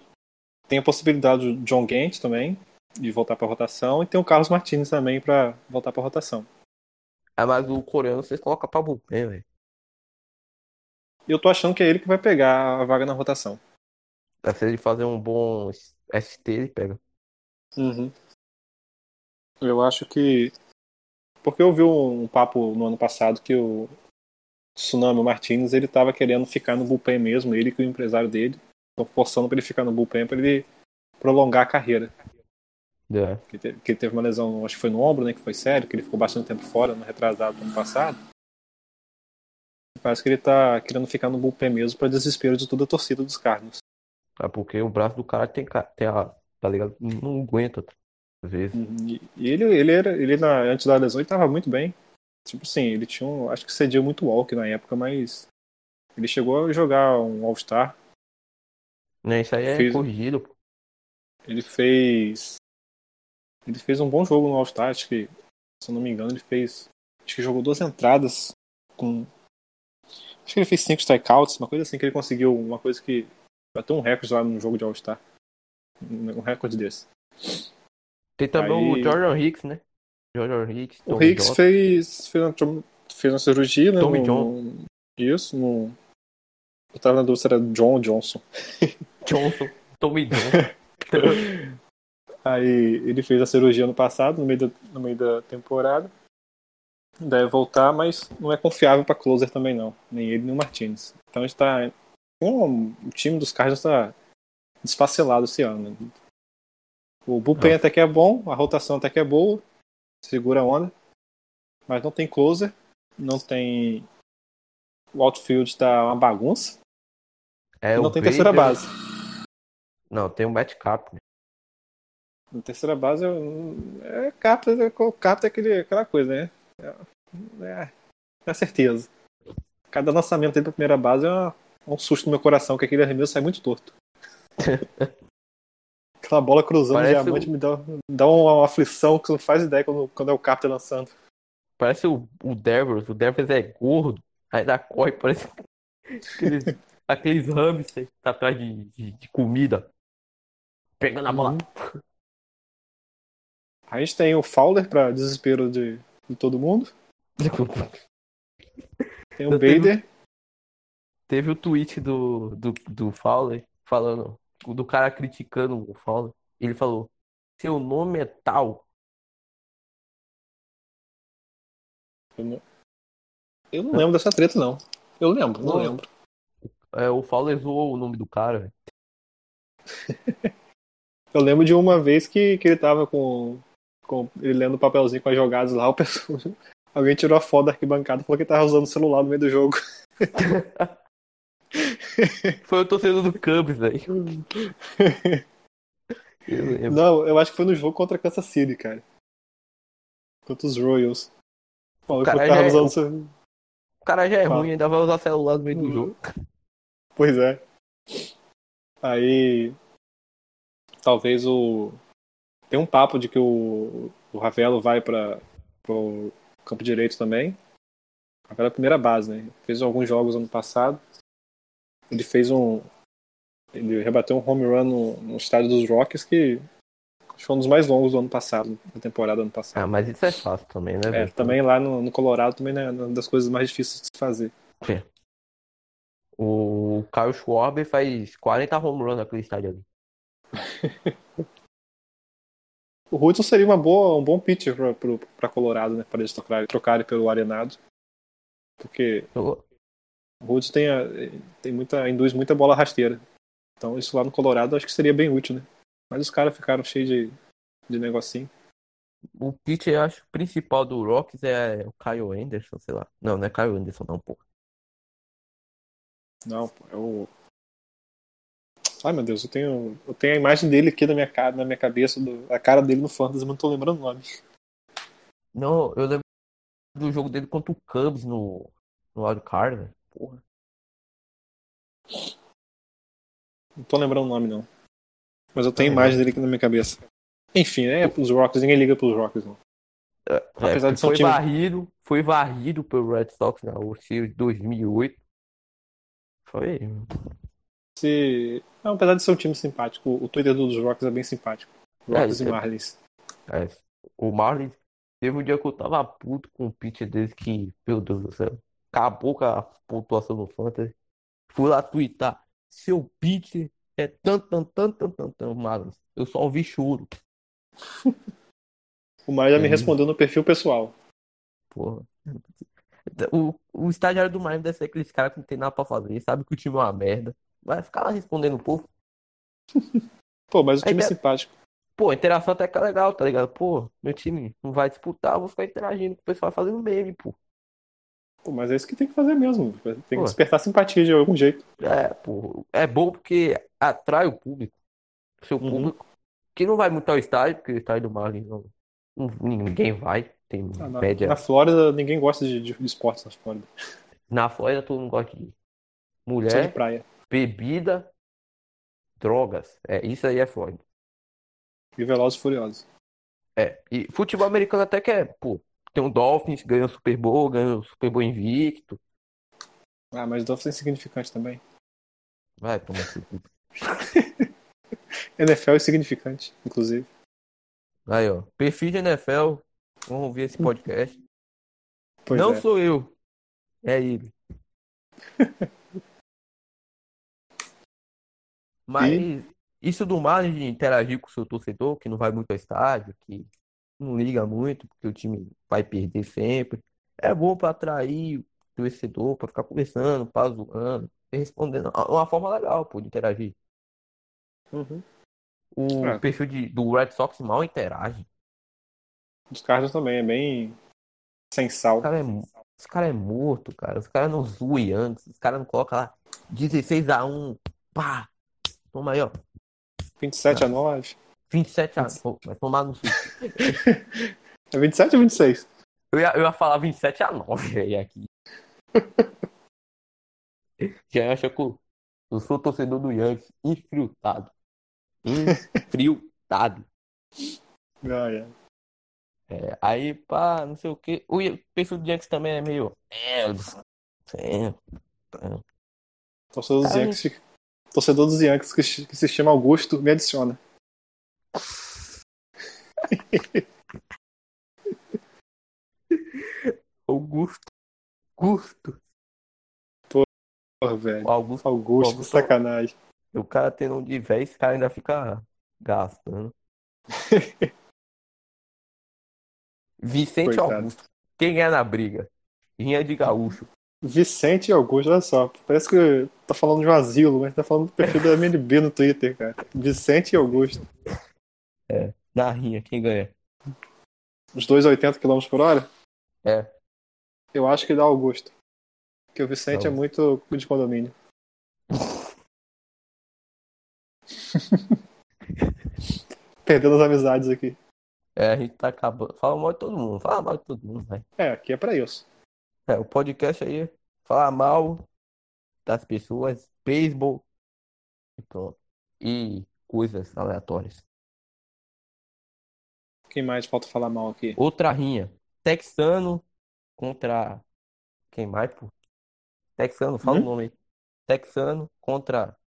tem a possibilidade do John Gant também de voltar para rotação e tem o Carlos Martins também para voltar para rotação. Ah, mas o coreano vocês colocam pra bullpen, velho. E eu tô achando que é ele que vai pegar a vaga na rotação. Pra Se ele fazer um bom ST, ele pega. Eu acho que porque eu vi um papo no ano passado que o Tsunami Martins ele tava querendo ficar no bullpen mesmo, ele que o empresário dele estão forçando para ele ficar no bullpen para ele prolongar a carreira. É. Que te- que ele teve uma lesão, acho que foi no ombro, né? Que foi sério, que ele ficou bastante tempo fora, no retrasado do ano passado. Parece que ele tá querendo ficar no bullpen mesmo pra desespero de toda a torcida dos Cardinals. Ah, porque o braço do cara tem, ca- tem a. Tá ligado? Não aguenta. tá Às vezes. E e ele, ele era, ele na, antes da lesão, ele tava muito bem. Tipo assim, ele tinha um, acho que cedia muito walk na época, mas ele chegou a jogar um All-Star. Né? Isso aí é Fiz- corrigido, pô. Ele fez. Ele fez um bom jogo no All-Star, acho que, se eu não me engano, ele fez. Acho que jogou duas entradas com. Acho que ele fez cinco strikeouts, uma coisa assim que ele conseguiu, uma coisa que. Bateu um recorde lá no jogo de All-Star. Um um recorde desse. Tem também Aí- o Jordan Hicks, né? Jordan Hicks, O Tommy Hicks Johnson. fez, fez, uma, trom- fez uma cirurgia, né? Tommy no- John. no- isso, no. Eu tava na dúvida se era John ou Johnson. Johnson. Tommy Johnson. Aí ele fez a cirurgia ano passado, no meio da, no meio da temporada. Deve voltar, mas não é confiável para closer também não. Nem ele, nem o Martinez. Então a gente tá... Um, o time dos Cardinals tá desfacelado esse ano. né? O bullpen até que é bom, a rotação até que é boa. Segura a onda. Mas não tem closer. Não tem... O outfield tá uma bagunça. É, e não o tem Bader- terceira base. Não, tem um né? o Matt Cap. Na terceira base é, um- é capta, é, co- capta é aquele, aquela coisa, né? É, é, é certeza. Cada lançamento dele pra primeira base é, uma- é um susto no meu coração, que aquele arremesso sai muito torto. aquela bola cruzando Parece um diamante me dá, me dá uma, uma aflição que não faz ideia quando, quando é o capta lançando. Parece o, o Devers. O Devers é gordo. Ainda corre, parece aqueles, aqueles hamsters que tá atrás de, de, de comida. Pegando a bola. A gente tem o Fowler pra desespero de, de todo mundo. Uhum. Tem o Eu tenho- um- Bader. Teve o tweet do, do, do Fowler falando, do cara criticando o Fowler. Ele falou: Seu nome é tal. Eu não lembro dessa treta, não. Eu lembro, não Não. lembro. É, o Fowler zoou o nome do cara. velho. Eu lembro de uma vez que, que ele tava com, com. Ele lendo o papelzinho com as jogadas lá, o pessoal. Alguém tirou a foto da arquibancada e falou que ele tava usando o celular no meio do jogo. Foi o torcedor do Cubs, velho. Eu lembro. Não, eu acho que foi no jogo contra Kansas City, cara. Contra os Royals. Bom, eu Cara, tava já é- usando seu- O cara já é Qual? ruim, ainda vai usar celular no meio do jogo. Pois é. Aí. Talvez o. Tem um papo de que o, o Ravelo vai para o campo direito também. Ravelo é a primeira base, né? Fez alguns jogos ano passado. Ele fez um. Ele rebateu um home run no, no estádio dos Rockies que acho que foi um dos mais longos do ano passado, da temporada ano passado. Ah, mas isso é fácil também, né, É, velho? também lá no, no Colorado também né, é uma das coisas mais difíceis de se fazer. O Kyle Schwarber faz 40 home runs naquele estádio ali. O Hudson seria uma boa, um bom pitcher pra, pro, pra Colorado, né? Para eles trocarem, trocarem pelo Arenado. Porque Jogou- o Hudson tem, a- tem muita, induz muita bola rasteira. Então isso lá no Colorado acho que seria bem útil, né? Mas os caras ficaram cheios de, de negocinho. O pitcher, eu acho, principal do Rockies é o Kyle Anderson, sei lá. Não, não é Kyle Anderson, não, pô. Não, pô, é o. Ai meu Deus, eu tenho, eu tenho a imagem dele aqui na minha, ca- na minha cabeça, do- a cara dele no Fantasy, mas não tô lembrando o nome. Não, eu lembro do jogo dele contra o Cubs no, no Wild Card, velho. Porra. Não tô lembrando o nome, não. Mas eu tenho Também a imagem dele aqui na minha cabeça. Enfim, né? Os Rockets, ninguém liga pros Rockets, não. É, Apesar de ser um foi time- varrido, foi varrido pelo Red Sox na World Series 2008. Foi. Se... Não, apesar de ser um time simpático, o Twitter dos Rockets é bem simpático. Rockets É, e é. Marlins. é, o Marlins teve um dia que eu tava puto com o pitcher dele que, meu Deus do céu, acabou com a pontuação do Fantasy. Fui lá twittar. Seu pitcher é tan tan tan tan tan tan, Marlins. Eu só ouvi choro, O Marlins já me É. respondeu no perfil pessoal. porra. Então, O, o estagiário do Marlins deve ser aqueles caras que não tem nada pra fazer, sabe que o time é uma merda. Vai ficar lá respondendo o povo. Pô, mas o Aí time é deve- simpático. Pô, a interação até que é legal, tá ligado? Pô, meu time não vai disputar, eu vou ficar interagindo com o pessoal fazendo meme, pô. Pô, mas é isso que tem que fazer mesmo. Tem que Pô. despertar simpatia de algum jeito. É, pô, é bom porque atrai o público, o seu Uhum. público, que não vai muito ao estádio, porque o estádio do Marlins não, não- ninguém vai, tem Ah, na, média. na Flórida, ninguém gosta de, de, de esportes na Flórida. Na Flórida todo mundo gosta de Só de mulher, praia. bebida, drogas. É, isso aí é Flórida. E Velozes e Furiosos. É, e futebol americano até que é, pô, tem o Dolphins, ganha o Super Bowl, ganha o Super Bowl invicto. Ah, mas Dolphins é insignificante também. Vai, toma esse cu. NFL é insignificante, inclusive. Aí, ó, perfil de NFL, vamos ouvir esse podcast. Pois Não é. sou eu, é ele. Mas isso do Marlins de interagir com o seu torcedor, que não vai muito ao estádio, que não liga muito, porque o time vai perder sempre, é bom pra atrair o torcedor, pra ficar conversando, pra zoando, e respondendo. É uma forma legal, pô, de interagir. Uhum. O É. perfil de- do Red Sox mal interage. Os Cardinals também, é bem sem sal. Os cara é, mo- os cara é morto, cara. Os caras não zoem antes. Os caras não colocam lá 16 a 1 Pá! Toma aí, ó. 27 a 9. 27 a 1 Vai tomar no sul. É 27 ou 26? Eu ia, eu ia falar 27 a 9 velho, aqui. Já acha que eu, eu sou torcedor do Yankees. Infiltrado. Infiltrado. Ah, é. É, aí, pá, não sei o quê. O Yan- o perfil do Yankees também é meio. É, é, Torcedor dos Cara, Yankees. que- Torcedor dos Yankees que, se- que se chama Augusto me adiciona. Augusto. Augusto. Porra, velho. O Augusto. Augusto, que Augusto. sacanagem. O cara tendo um de véio, esse cara ainda fica gastando. Vicente Coitado. Augusto. Quem é na briga? Rinha de Gaúcho. Vicente e Augusto, olha só. Parece que tá falando de um asilo, mas tá falando do perfil da MLB no Twitter, cara. Vicente e Augusto. Na rinha, quem ganha? Os dois 80 km por hora? É. Eu acho que dá Augusto. Porque o Vicente Dá é muito de condomínio. Perdendo as amizades aqui. É, a gente tá acabando. Fala mal de todo mundo. Fala mal de todo mundo, velho. É, aqui é pra isso. É, o podcast aí é falar mal das pessoas, beisebol e pronto. E coisas aleatórias. Quem mais falta falar mal aqui? Outra rinha. Texano contra. Quem mais, pô? Texano, fala Hum? o nome aí. Texano contra.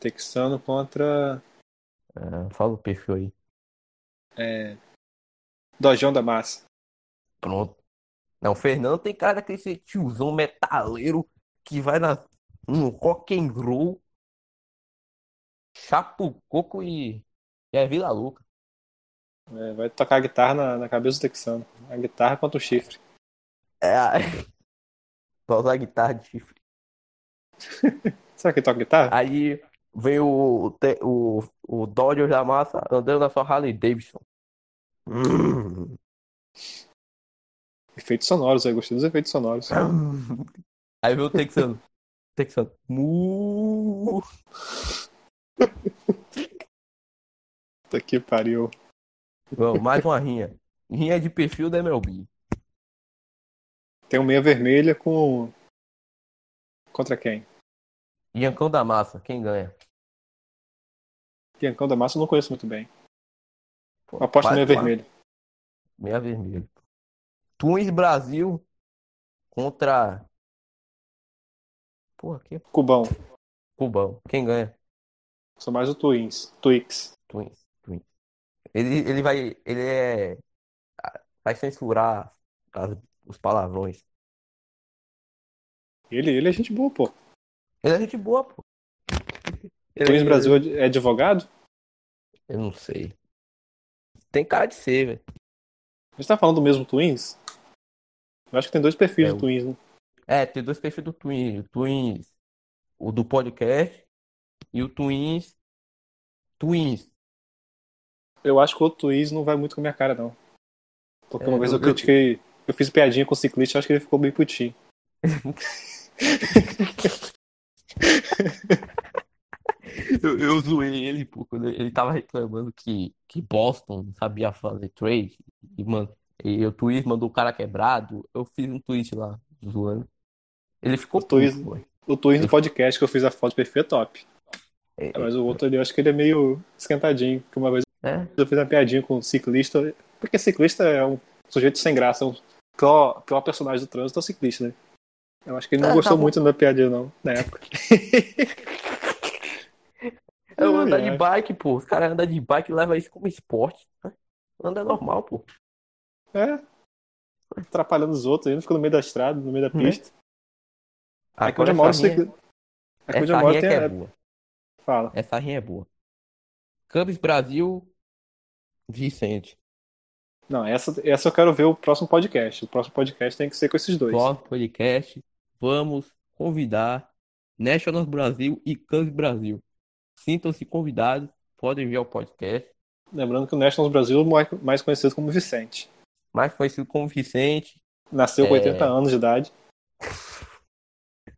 Texano contra Ah, fala o perfil aí. é, Dojão da Massa. Pronto. Não, o Fernando tem cara que esse tiozão metaleiro que vai na, no rock and roll, Chapucoco e, e a Vila Louca. É, vai tocar a guitarra na, na cabeça do Texano. A guitarra contra o chifre. É, pra usar guitarra de chifre. Será que ele toca guitarra? Aí vem o, te- o, o Dodger da massa andando na sua Harley Davidson. Hum. Efeitos sonoros, eu gostei dos efeitos sonoros. Aí vem o Texano. Texano. Mu. Puta que pariu. Vamos, mais uma rinha. Rinha de perfil da MLB. Tem um meia vermelha com. Contra quem? Iancão da Massa, quem ganha? Biancão da Massa eu não conheço muito bem. Pô, Eu aposto no quase lá. meia vermelha. Meia vermelha. Twins Brasil contra. Porra, que Cubão. Cubão. Quem ganha? Sou mais o Twins. Twix. Twins. Twins. Ele, ele vai. Ele é. Vai censurar as- os palavrões. Ele, ele é gente boa, pô. Ele é gente boa, pô. Ele, Twins Brasil é ad- é advogado? Eu não sei. Tem cara de ser, velho. A gente tá falando do mesmo Twins? Eu acho que tem dois perfis É, de o- Twins, né? É, tem dois perfis do Twins. O Twins, o do podcast e o Twins. Twins. Eu acho que o outro Twins não vai muito com a minha cara, não. Porque uma É, vez eu eu- eu- critiquei. Eu fiz piadinha com o ciclista, eu acho que ele ficou bem putinho. Eu, eu zoei ele, pô, quando ele tava reclamando que, que Boston não sabia fazer trade. E, mano, e o Twist mandou o cara quebrado. Eu fiz um tweet lá, zoando. Ele ficou O Twist- puto, pô. O Twins no podcast que eu fiz a foto perfil é top. É, É, Mas o outro ali, eu acho que ele é meio esquentadinho. Porque uma vez é, eu fiz uma piadinha com o ciclista. Porque ciclista é um sujeito sem graça, é um pior, pior personagem do trânsito é o ciclista, né? Eu acho que ele não Ah, tá gostou bom. muito da minha piadinha, não, na época. Eu andar Ai, de ai. bike, pô. Os caras andam de bike e levam isso como esporte. né? Anda normal, pô. É. Atrapalhando os outros, ainda fica no meio da estrada, no meio da Né? pista. Aqui Agora onde eu moro, essa rinha, cicli- aqui onde essa eu moro rinha tem. que é é- boa. Fala. Essa rinha é boa. Cubs Brasil, Vicente. Não, essa, essa eu quero ver o próximo podcast. O próximo podcast tem que ser com esses dois. Próximo podcast, vamos convidar Nationals Brasil e Cubs Brasil. Sintam-se convidados, podem enviar o podcast. Lembrando que o Nationals Brasil é o mais- mais conhecido como Vicente. Mais conhecido como Vicente, Nasceu com É. 80 anos de idade.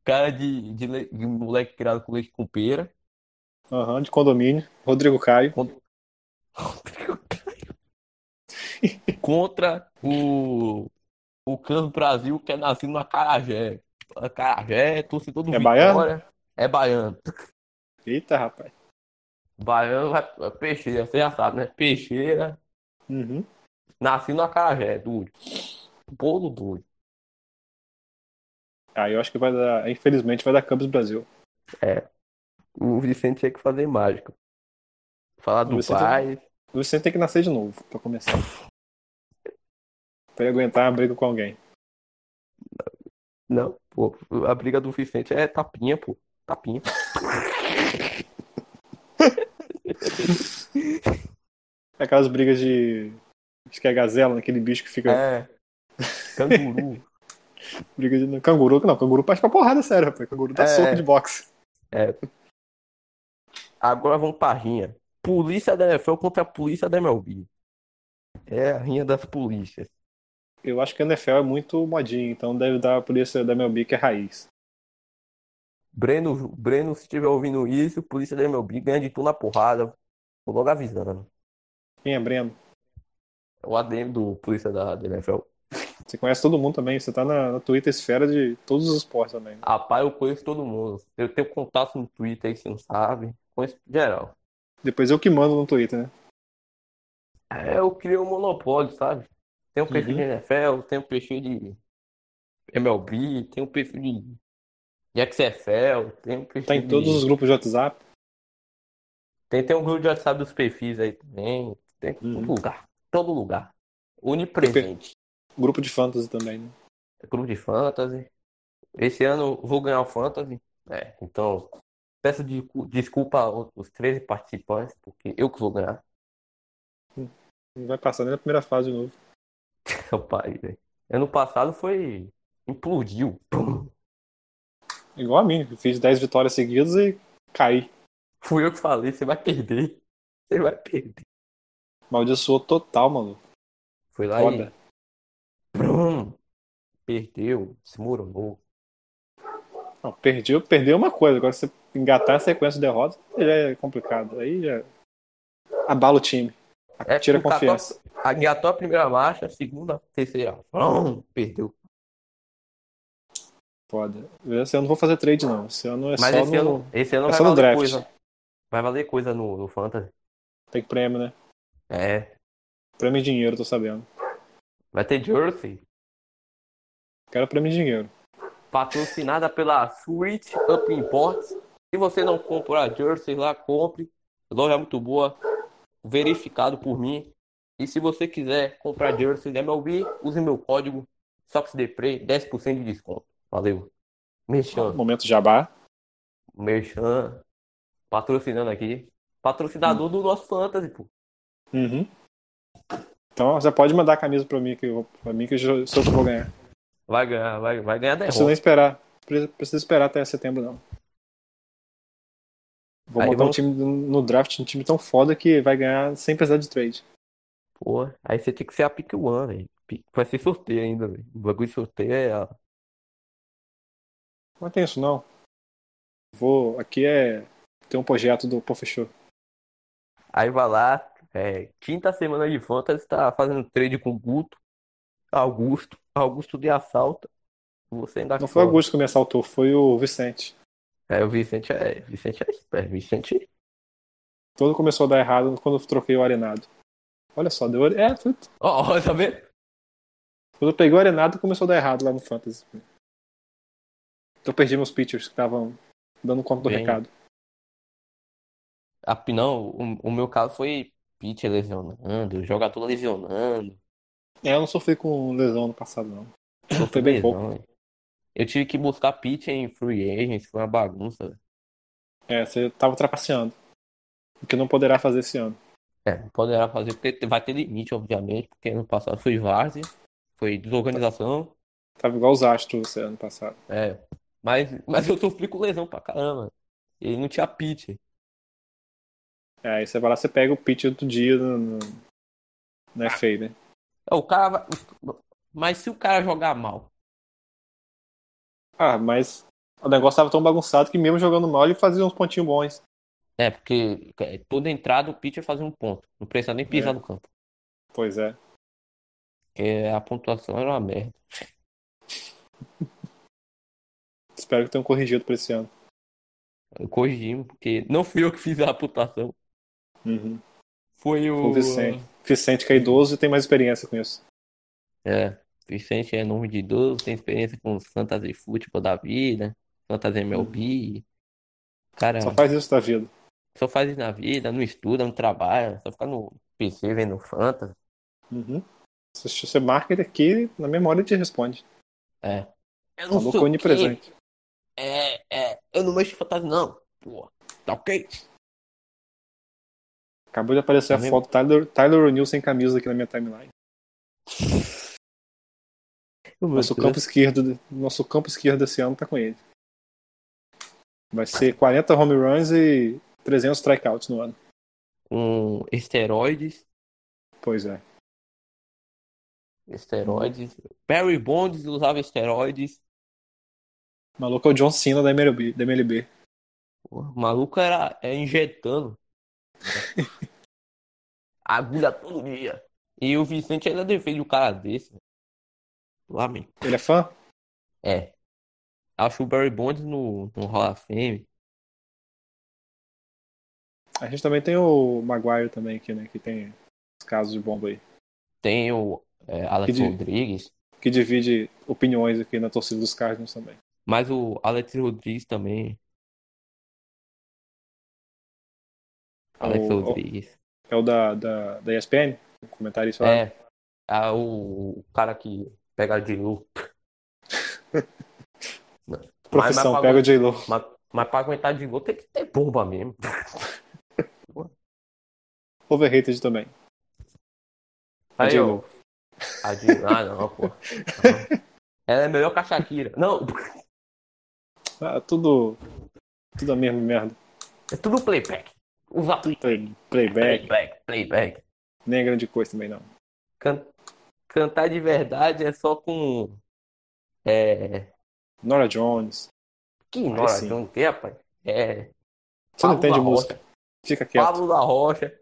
cara de, de, le- de moleque criado com leite com pera. Aham, de condomínio. Rodrigo Caio. Contra o, o Cubs Brasil, que é nascido no Acarajé. Acarajé, torcedor do É Vitória. baiano? É baiano. Eita, rapaz. Baiano vai- é peixeira, você já sabe, né? Peixeira. Uhum. Nasci no acarajé, duro. Bolo duro. Aí eu acho que vai dar. Infelizmente vai dar Campos Brasil. O Vicente tinha que fazer mágica. Falar do Vicente- pai. O Vicente tem que nascer de novo, pra começar. Pra ele aguentar uma briga com alguém. Não, pô. A briga do Vicente é tapinha, pô. Tapinha. É Aquelas brigas de. Acho que é gazela, aquele bicho que fica. É. Canguru. Briga de. Canguru, não, canguru parte pra porrada, sério, rapaz. Canguru dá É. soco de boxe. Agora vamos pra rinha. Polícia da NFL contra a polícia da MLB. É a rinha das polícias. Eu acho que a NFL é muito modinha, então deve dar a polícia da MLB que é raiz. Breno, Breno, se estiver ouvindo isso, polícia da MLB ganha de tu na porrada. Tô logo avisando. Quem é Breno? É o ADM do polícia da, da NFL. Você conhece todo mundo também, você tá na, na Twitter esfera de todos os esportes também. né? Rapaz, eu conheço todo mundo. Eu tenho contato no Twitter aí, você não sabe. Conheço geral. Depois eu que mando no Twitter, né? É, eu criei um monopólio, sabe? Tem um perfil Uhum. de NFL, tem um perfil de MLB, tem um perfil de de XFL, tem um perfil Tá em de... todos os grupos de WhatsApp. Tem, tem um grupo de WhatsApp dos perfis aí também. Tem em todo Uhum. lugar. Todo lugar. Onipresente. Grupo de fantasy também, né? Grupo de fantasy. Esse ano eu vou ganhar o fantasy. É, então peço de- desculpa aos aos 13 participantes, porque eu que vou ganhar. Vai passar nem na primeira fase de novo. Rapaz, velho. Ano passado foi. Implodiu. Pum. Igual a mim, eu fiz 10 vitórias seguidas e caí. Fui eu que falei, você vai perder. Você vai perder. Maldiçoou total, mano. Foi lá e. Foda. Pum. Perdeu. Se murmurou. Não, perdi, perdi é uma coisa. Agora, se você engatar a sequência de derrotas, aí já é complicado. Aí já é. abala o time. É, Tira a engatou a- confiança. Engatou a primeira marcha, a segunda, a terceira. Pum. Perdeu. Foda. Esse ano eu não vou fazer trade, não. Esse ano é Mas só esse no. ano, esse ano é vai só no valer draft. coisa. Vai valer coisa no, no Fantasy. Tem prêmio, né? É. Prêmio e dinheiro, tô sabendo. Vai ter Jersey, Quero prêmio e dinheiro. patrocinada pela Sweet Up Imports. Se você não comprar Jersey lá, compre. Loja é muito boa. Verificado por mim. E se você quiser comprar Jersey da MLB, use meu código SOXDEPREY, 10% de desconto. Valeu. Merchan, Momento jabá. Merchan, patrocinando aqui. Patrocinador do nosso Fantasy, pô. Uhum. Então você pode mandar a camisa pra mim que eu, pra mim que eu já- sou eu que vou É, ganhar. Não Vai ganhar, vai, vai ganhar precisa derrota. nem esperar. Pre- Precisa esperar até setembro, não. Vou Aí montar vamos- um time no draft, um time tão foda que vai ganhar sem precisar de trade. Pô, aí você tem que ser a pick one, velho. Pick- Vai ser sorteio ainda, velho. O bagulho de sorteio é a... Não tem isso não. Vou. Aqui é. Tem um projeto do. Pô, fechou. Aí vai lá, é, quinta semana de fantasy, tá fazendo trade com o Guto, Augusto, Augusto de assalto. Você ainda Não foi o cobra. Augusto que me assaltou, foi o Vicente. É, o Vicente é, Vicente é esperto, Vicente. Todo começou a dar errado quando eu troquei o arenado. Olha só, deu. É, foi- Ó, ó, tá vendo? Quando eu peguei o arenado, começou a dar errado lá no Fantasy. Então eu perdi meus pitchers que estavam dando conta do Bem. recado. Ah, não, o, o meu caso foi pitcher lesionando, jogador lesionando. É, eu não sofri com lesão no passado, não. Foi bem lesão, pouco. velho. Eu tive que buscar pitcher em free agents, foi uma bagunça, velho. É, você tava trapaceando. O que não poderá fazer esse ano. É, poderá fazer, porque te- vai ter limite, obviamente, porque ano passado foi várzea, foi desorganização, Tava igual os astros esse ano passado. é, mas, mas eu sofri com lesão pra caramba. E não tinha pitch. É, aí você vai lá, você pega o pitcher do dia no, no, no FA, né? É, o cara vai... Mas se o cara jogar mal, Ah, mas o negócio tava tão bagunçado que mesmo jogando mal ele fazia uns pontinhos bons. é, porque é, toda entrada o pitcher fazia um ponto, não precisa nem pisar É. no campo, Pois é. porque a pontuação era uma merda. Espero que tenham corrigido pra esse ano. Eu corrigi, porque não fui eu que fiz a pontuação, Uhum. foi o... O Vicente. Vicente que é idoso e tem mais experiência com isso. É, Vicente é nome de idoso, tem experiência com os fantasy futebol da vida, fantasy MLB. Cara, Só faz isso da vida. só faz isso na vida, não estuda, não trabalha, só fica no PC vendo fantasy. Uhum. Se se você marca ele aqui, na memória ele te responde. É. Eu não Maluco sou onipresente. É, é, eu não mexo em fantasy não. Pô, tá ok? Acabou de aparecer a Também- foto do Tyler, Tyler O'Neill sem camisa aqui na minha timeline. Nosso campo esquerdo, nosso campo esquerdo desse ano tá com ele. Vai ser 40 home runs e 300 strikeouts no ano. Com esteroides, Pois é. esteroides. Barry Bonds usava esteroides. O maluco é o John Cena da MLB. Da MLB. Porra, o maluco era é injetando. Agulha todo dia. E o Vicente ainda defende o cara desse. velho. Lamento. Ele é fã? É. Acho o Barry Bonds no, no Hall of Fame. A gente também tem o Maguire também aqui, né? Que tem os casos de bomba aí. Tem o é, Alex Que de- Rodrigues. Que divide opiniões aqui na torcida dos Cardinals também. Mas o Alex Rodrigues também. Alex O- o- Rodrigues. É o da, da, da ESPN? O comentarista lá. É. Ah, o, o cara que pega de louco. Mas- mas Profissão, pra- pega o J-Lo. Mas, mas pra aguentar de gol tem que ter bomba mesmo. Overrated também. Aí, J. ó. Lo. A de... Ah, não, pô. Não. Ela é melhor que a Shakira. Não, Ah, tudo. Tudo a mesma merda. é tudo playback. Usa play- Play- Playback. playback, playback. Nem é grande coisa também, não. Can- Cantar de verdade é só com. É. Nora Jones. Que nora, sim. não tem, rapaz? É. Você não Pablo entende da música. Fica quieto. Pablo Pablo, da Rocha.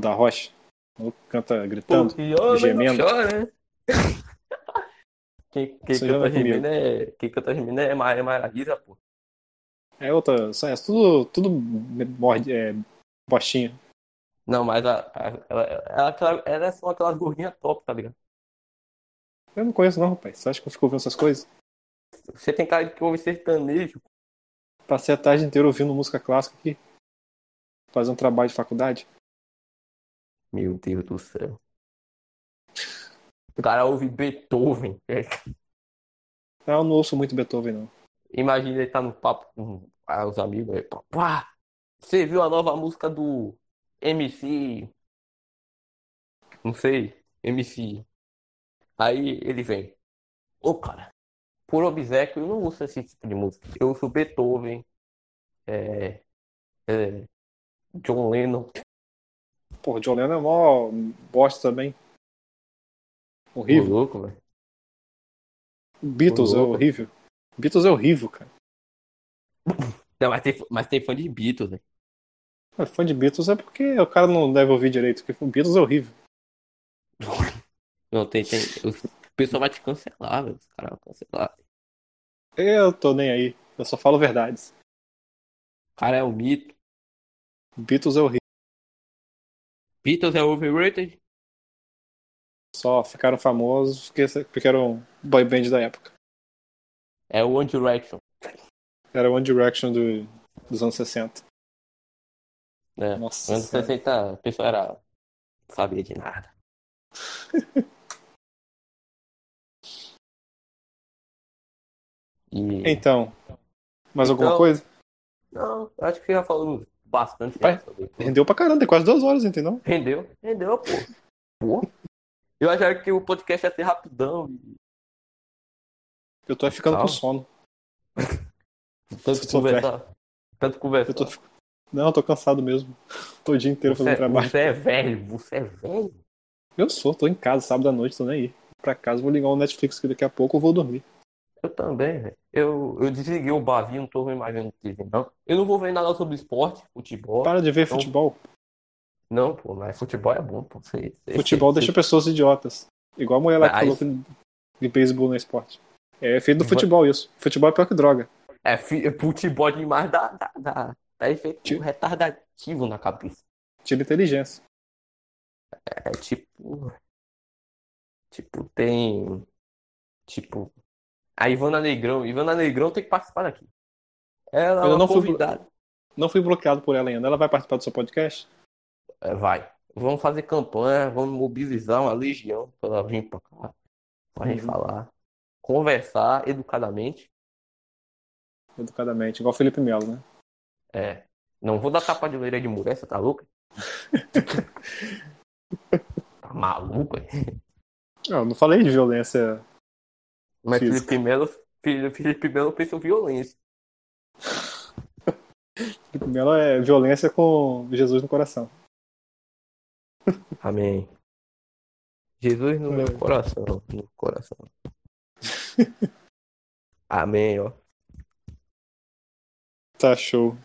da Rocha. O maluco canta gritando. Porque homem não gemendo. chora, né? Quem, quem Isso já canta vai comigo. gemendo é. Quem canta gemendo é Maria Maraguisa, pô. É outra. só- É tudo. Tudo morde, é, bostinha. Não, mas a, a, ela, ela, aquela- ela é só aquelas gordinhas top, tá ligado? Eu não conheço, não, rapaz. Você acha que eu fico ouvindo essas coisas? Você tem cara de que ouve sertanejo. Passei a tarde inteira ouvindo música clássica aqui. Fazer um trabalho de faculdade. Meu Deus do céu. O cara ouve Beethoven. É Ah, eu não ouço muito Beethoven, não. Imagina ele tá no papo com ah, os amigos aí. pá, pá, você viu a nova música do MC? Não sei, MC. Aí ele vem. Ô, cara, por obséquio, eu não uso esse tipo de música. Eu uso Beethoven, é, é, John Lennon. é Porra, John Lennon é mó bosta também. Ô, Horrível. louco, velho. Beatles é louco. horrível. Beatles é horrível, cara. Não, mas tem, mas tem fã de Beatles, né? É, Fã de Beatles é porque o cara não deve ouvir direito, porque o Beatles é horrível. Não, tem, tem. O pessoal vai te cancelar, velho. Os caras vão cancelar. Eu tô nem aí. Eu só falo verdades. O cara é um mito. Beatles é horrível. Beatles é overrated? Só ficaram famosos porque, porque eram boy band da época. É o One Direction. Era One Direction do- dos anos 60. Né? Nossa Anos senhora. 60, o pessoal era. Não sabia de nada. E. Então, mais alguma Então- coisa? Não, eu acho que já falamos bastante Vai. já sobre. Rendeu pra caramba, tem quase duas horas, entendeu? Rendeu? Rendeu, pô. Pô. Eu achava que o podcast ia ser rapidão. Eu tô ficando Calma. com sono. Tanto Só conversar. Tanto conversar. Eu tô... fi- Não, eu tô cansado mesmo. Tô o dia inteiro Você, fazendo trabalho. você é velho, você é velho. Eu sou, tô em casa, sábado à noite, tô nem aí. Pra casa, vou ligar o Netflix que daqui a pouco eu vou dormir. Eu também, velho. Eu, eu desliguei o Bavi, não tô imaginando TV, não. Eu não vou ver nada sobre esporte, futebol. Para de ver Então- futebol. Não, pô, mas futebol é bom, pô. Cê- cê- Futebol cê- deixa pessoas idiotas. Igual a mulher lá que Ah, falou isso- que- de beisebol no esporte. É efeito do Vai- futebol isso. Futebol é pior que droga. É, fi- é futebol demais dá, dá, dá, Tá dá efeito Tio. um retardativo na cabeça. Tira inteligência. É tipo. Tipo, tem. Tipo. A Ivana Negrão. Ivana Negrão tem que participar daqui. Ela é Eu uma não fui- convidada. Não fui bloqueado por ela ainda. Ela vai participar do seu podcast? É, vai. Vamos fazer campanha, vamos mobilizar uma legião pra ela vir pra cá. Pra gente Uhum. falar. Conversar educadamente. Educadamente, igual o Felipe Melo, né? É. Não vou dar tapa de orelha de mulher, você tá louco? tá maluco? é? Ah, Eu não falei de violência. Mas Física. Felipe Melo, Fili- Felipe Melo pensou violência. Felipe Melo é violência com Jesus no coração. Amém. Jesus no meu É. coração, no coração. Amém, ó. Tá show.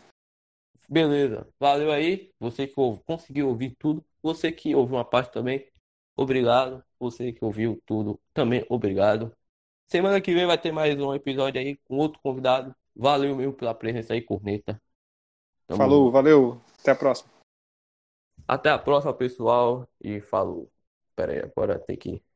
Beleza. Valeu aí. Você que ouve- conseguiu ouvir tudo. Você que ouviu uma parte também, obrigado. Você que ouviu tudo, também obrigado. Semana que vem vai ter mais um episódio aí com outro convidado. Valeu mesmo pela presença aí, Corneta. Tamo Falou, junto. valeu. Até a próxima. Até a próxima, pessoal. E falou. Pera aí, agora tem que.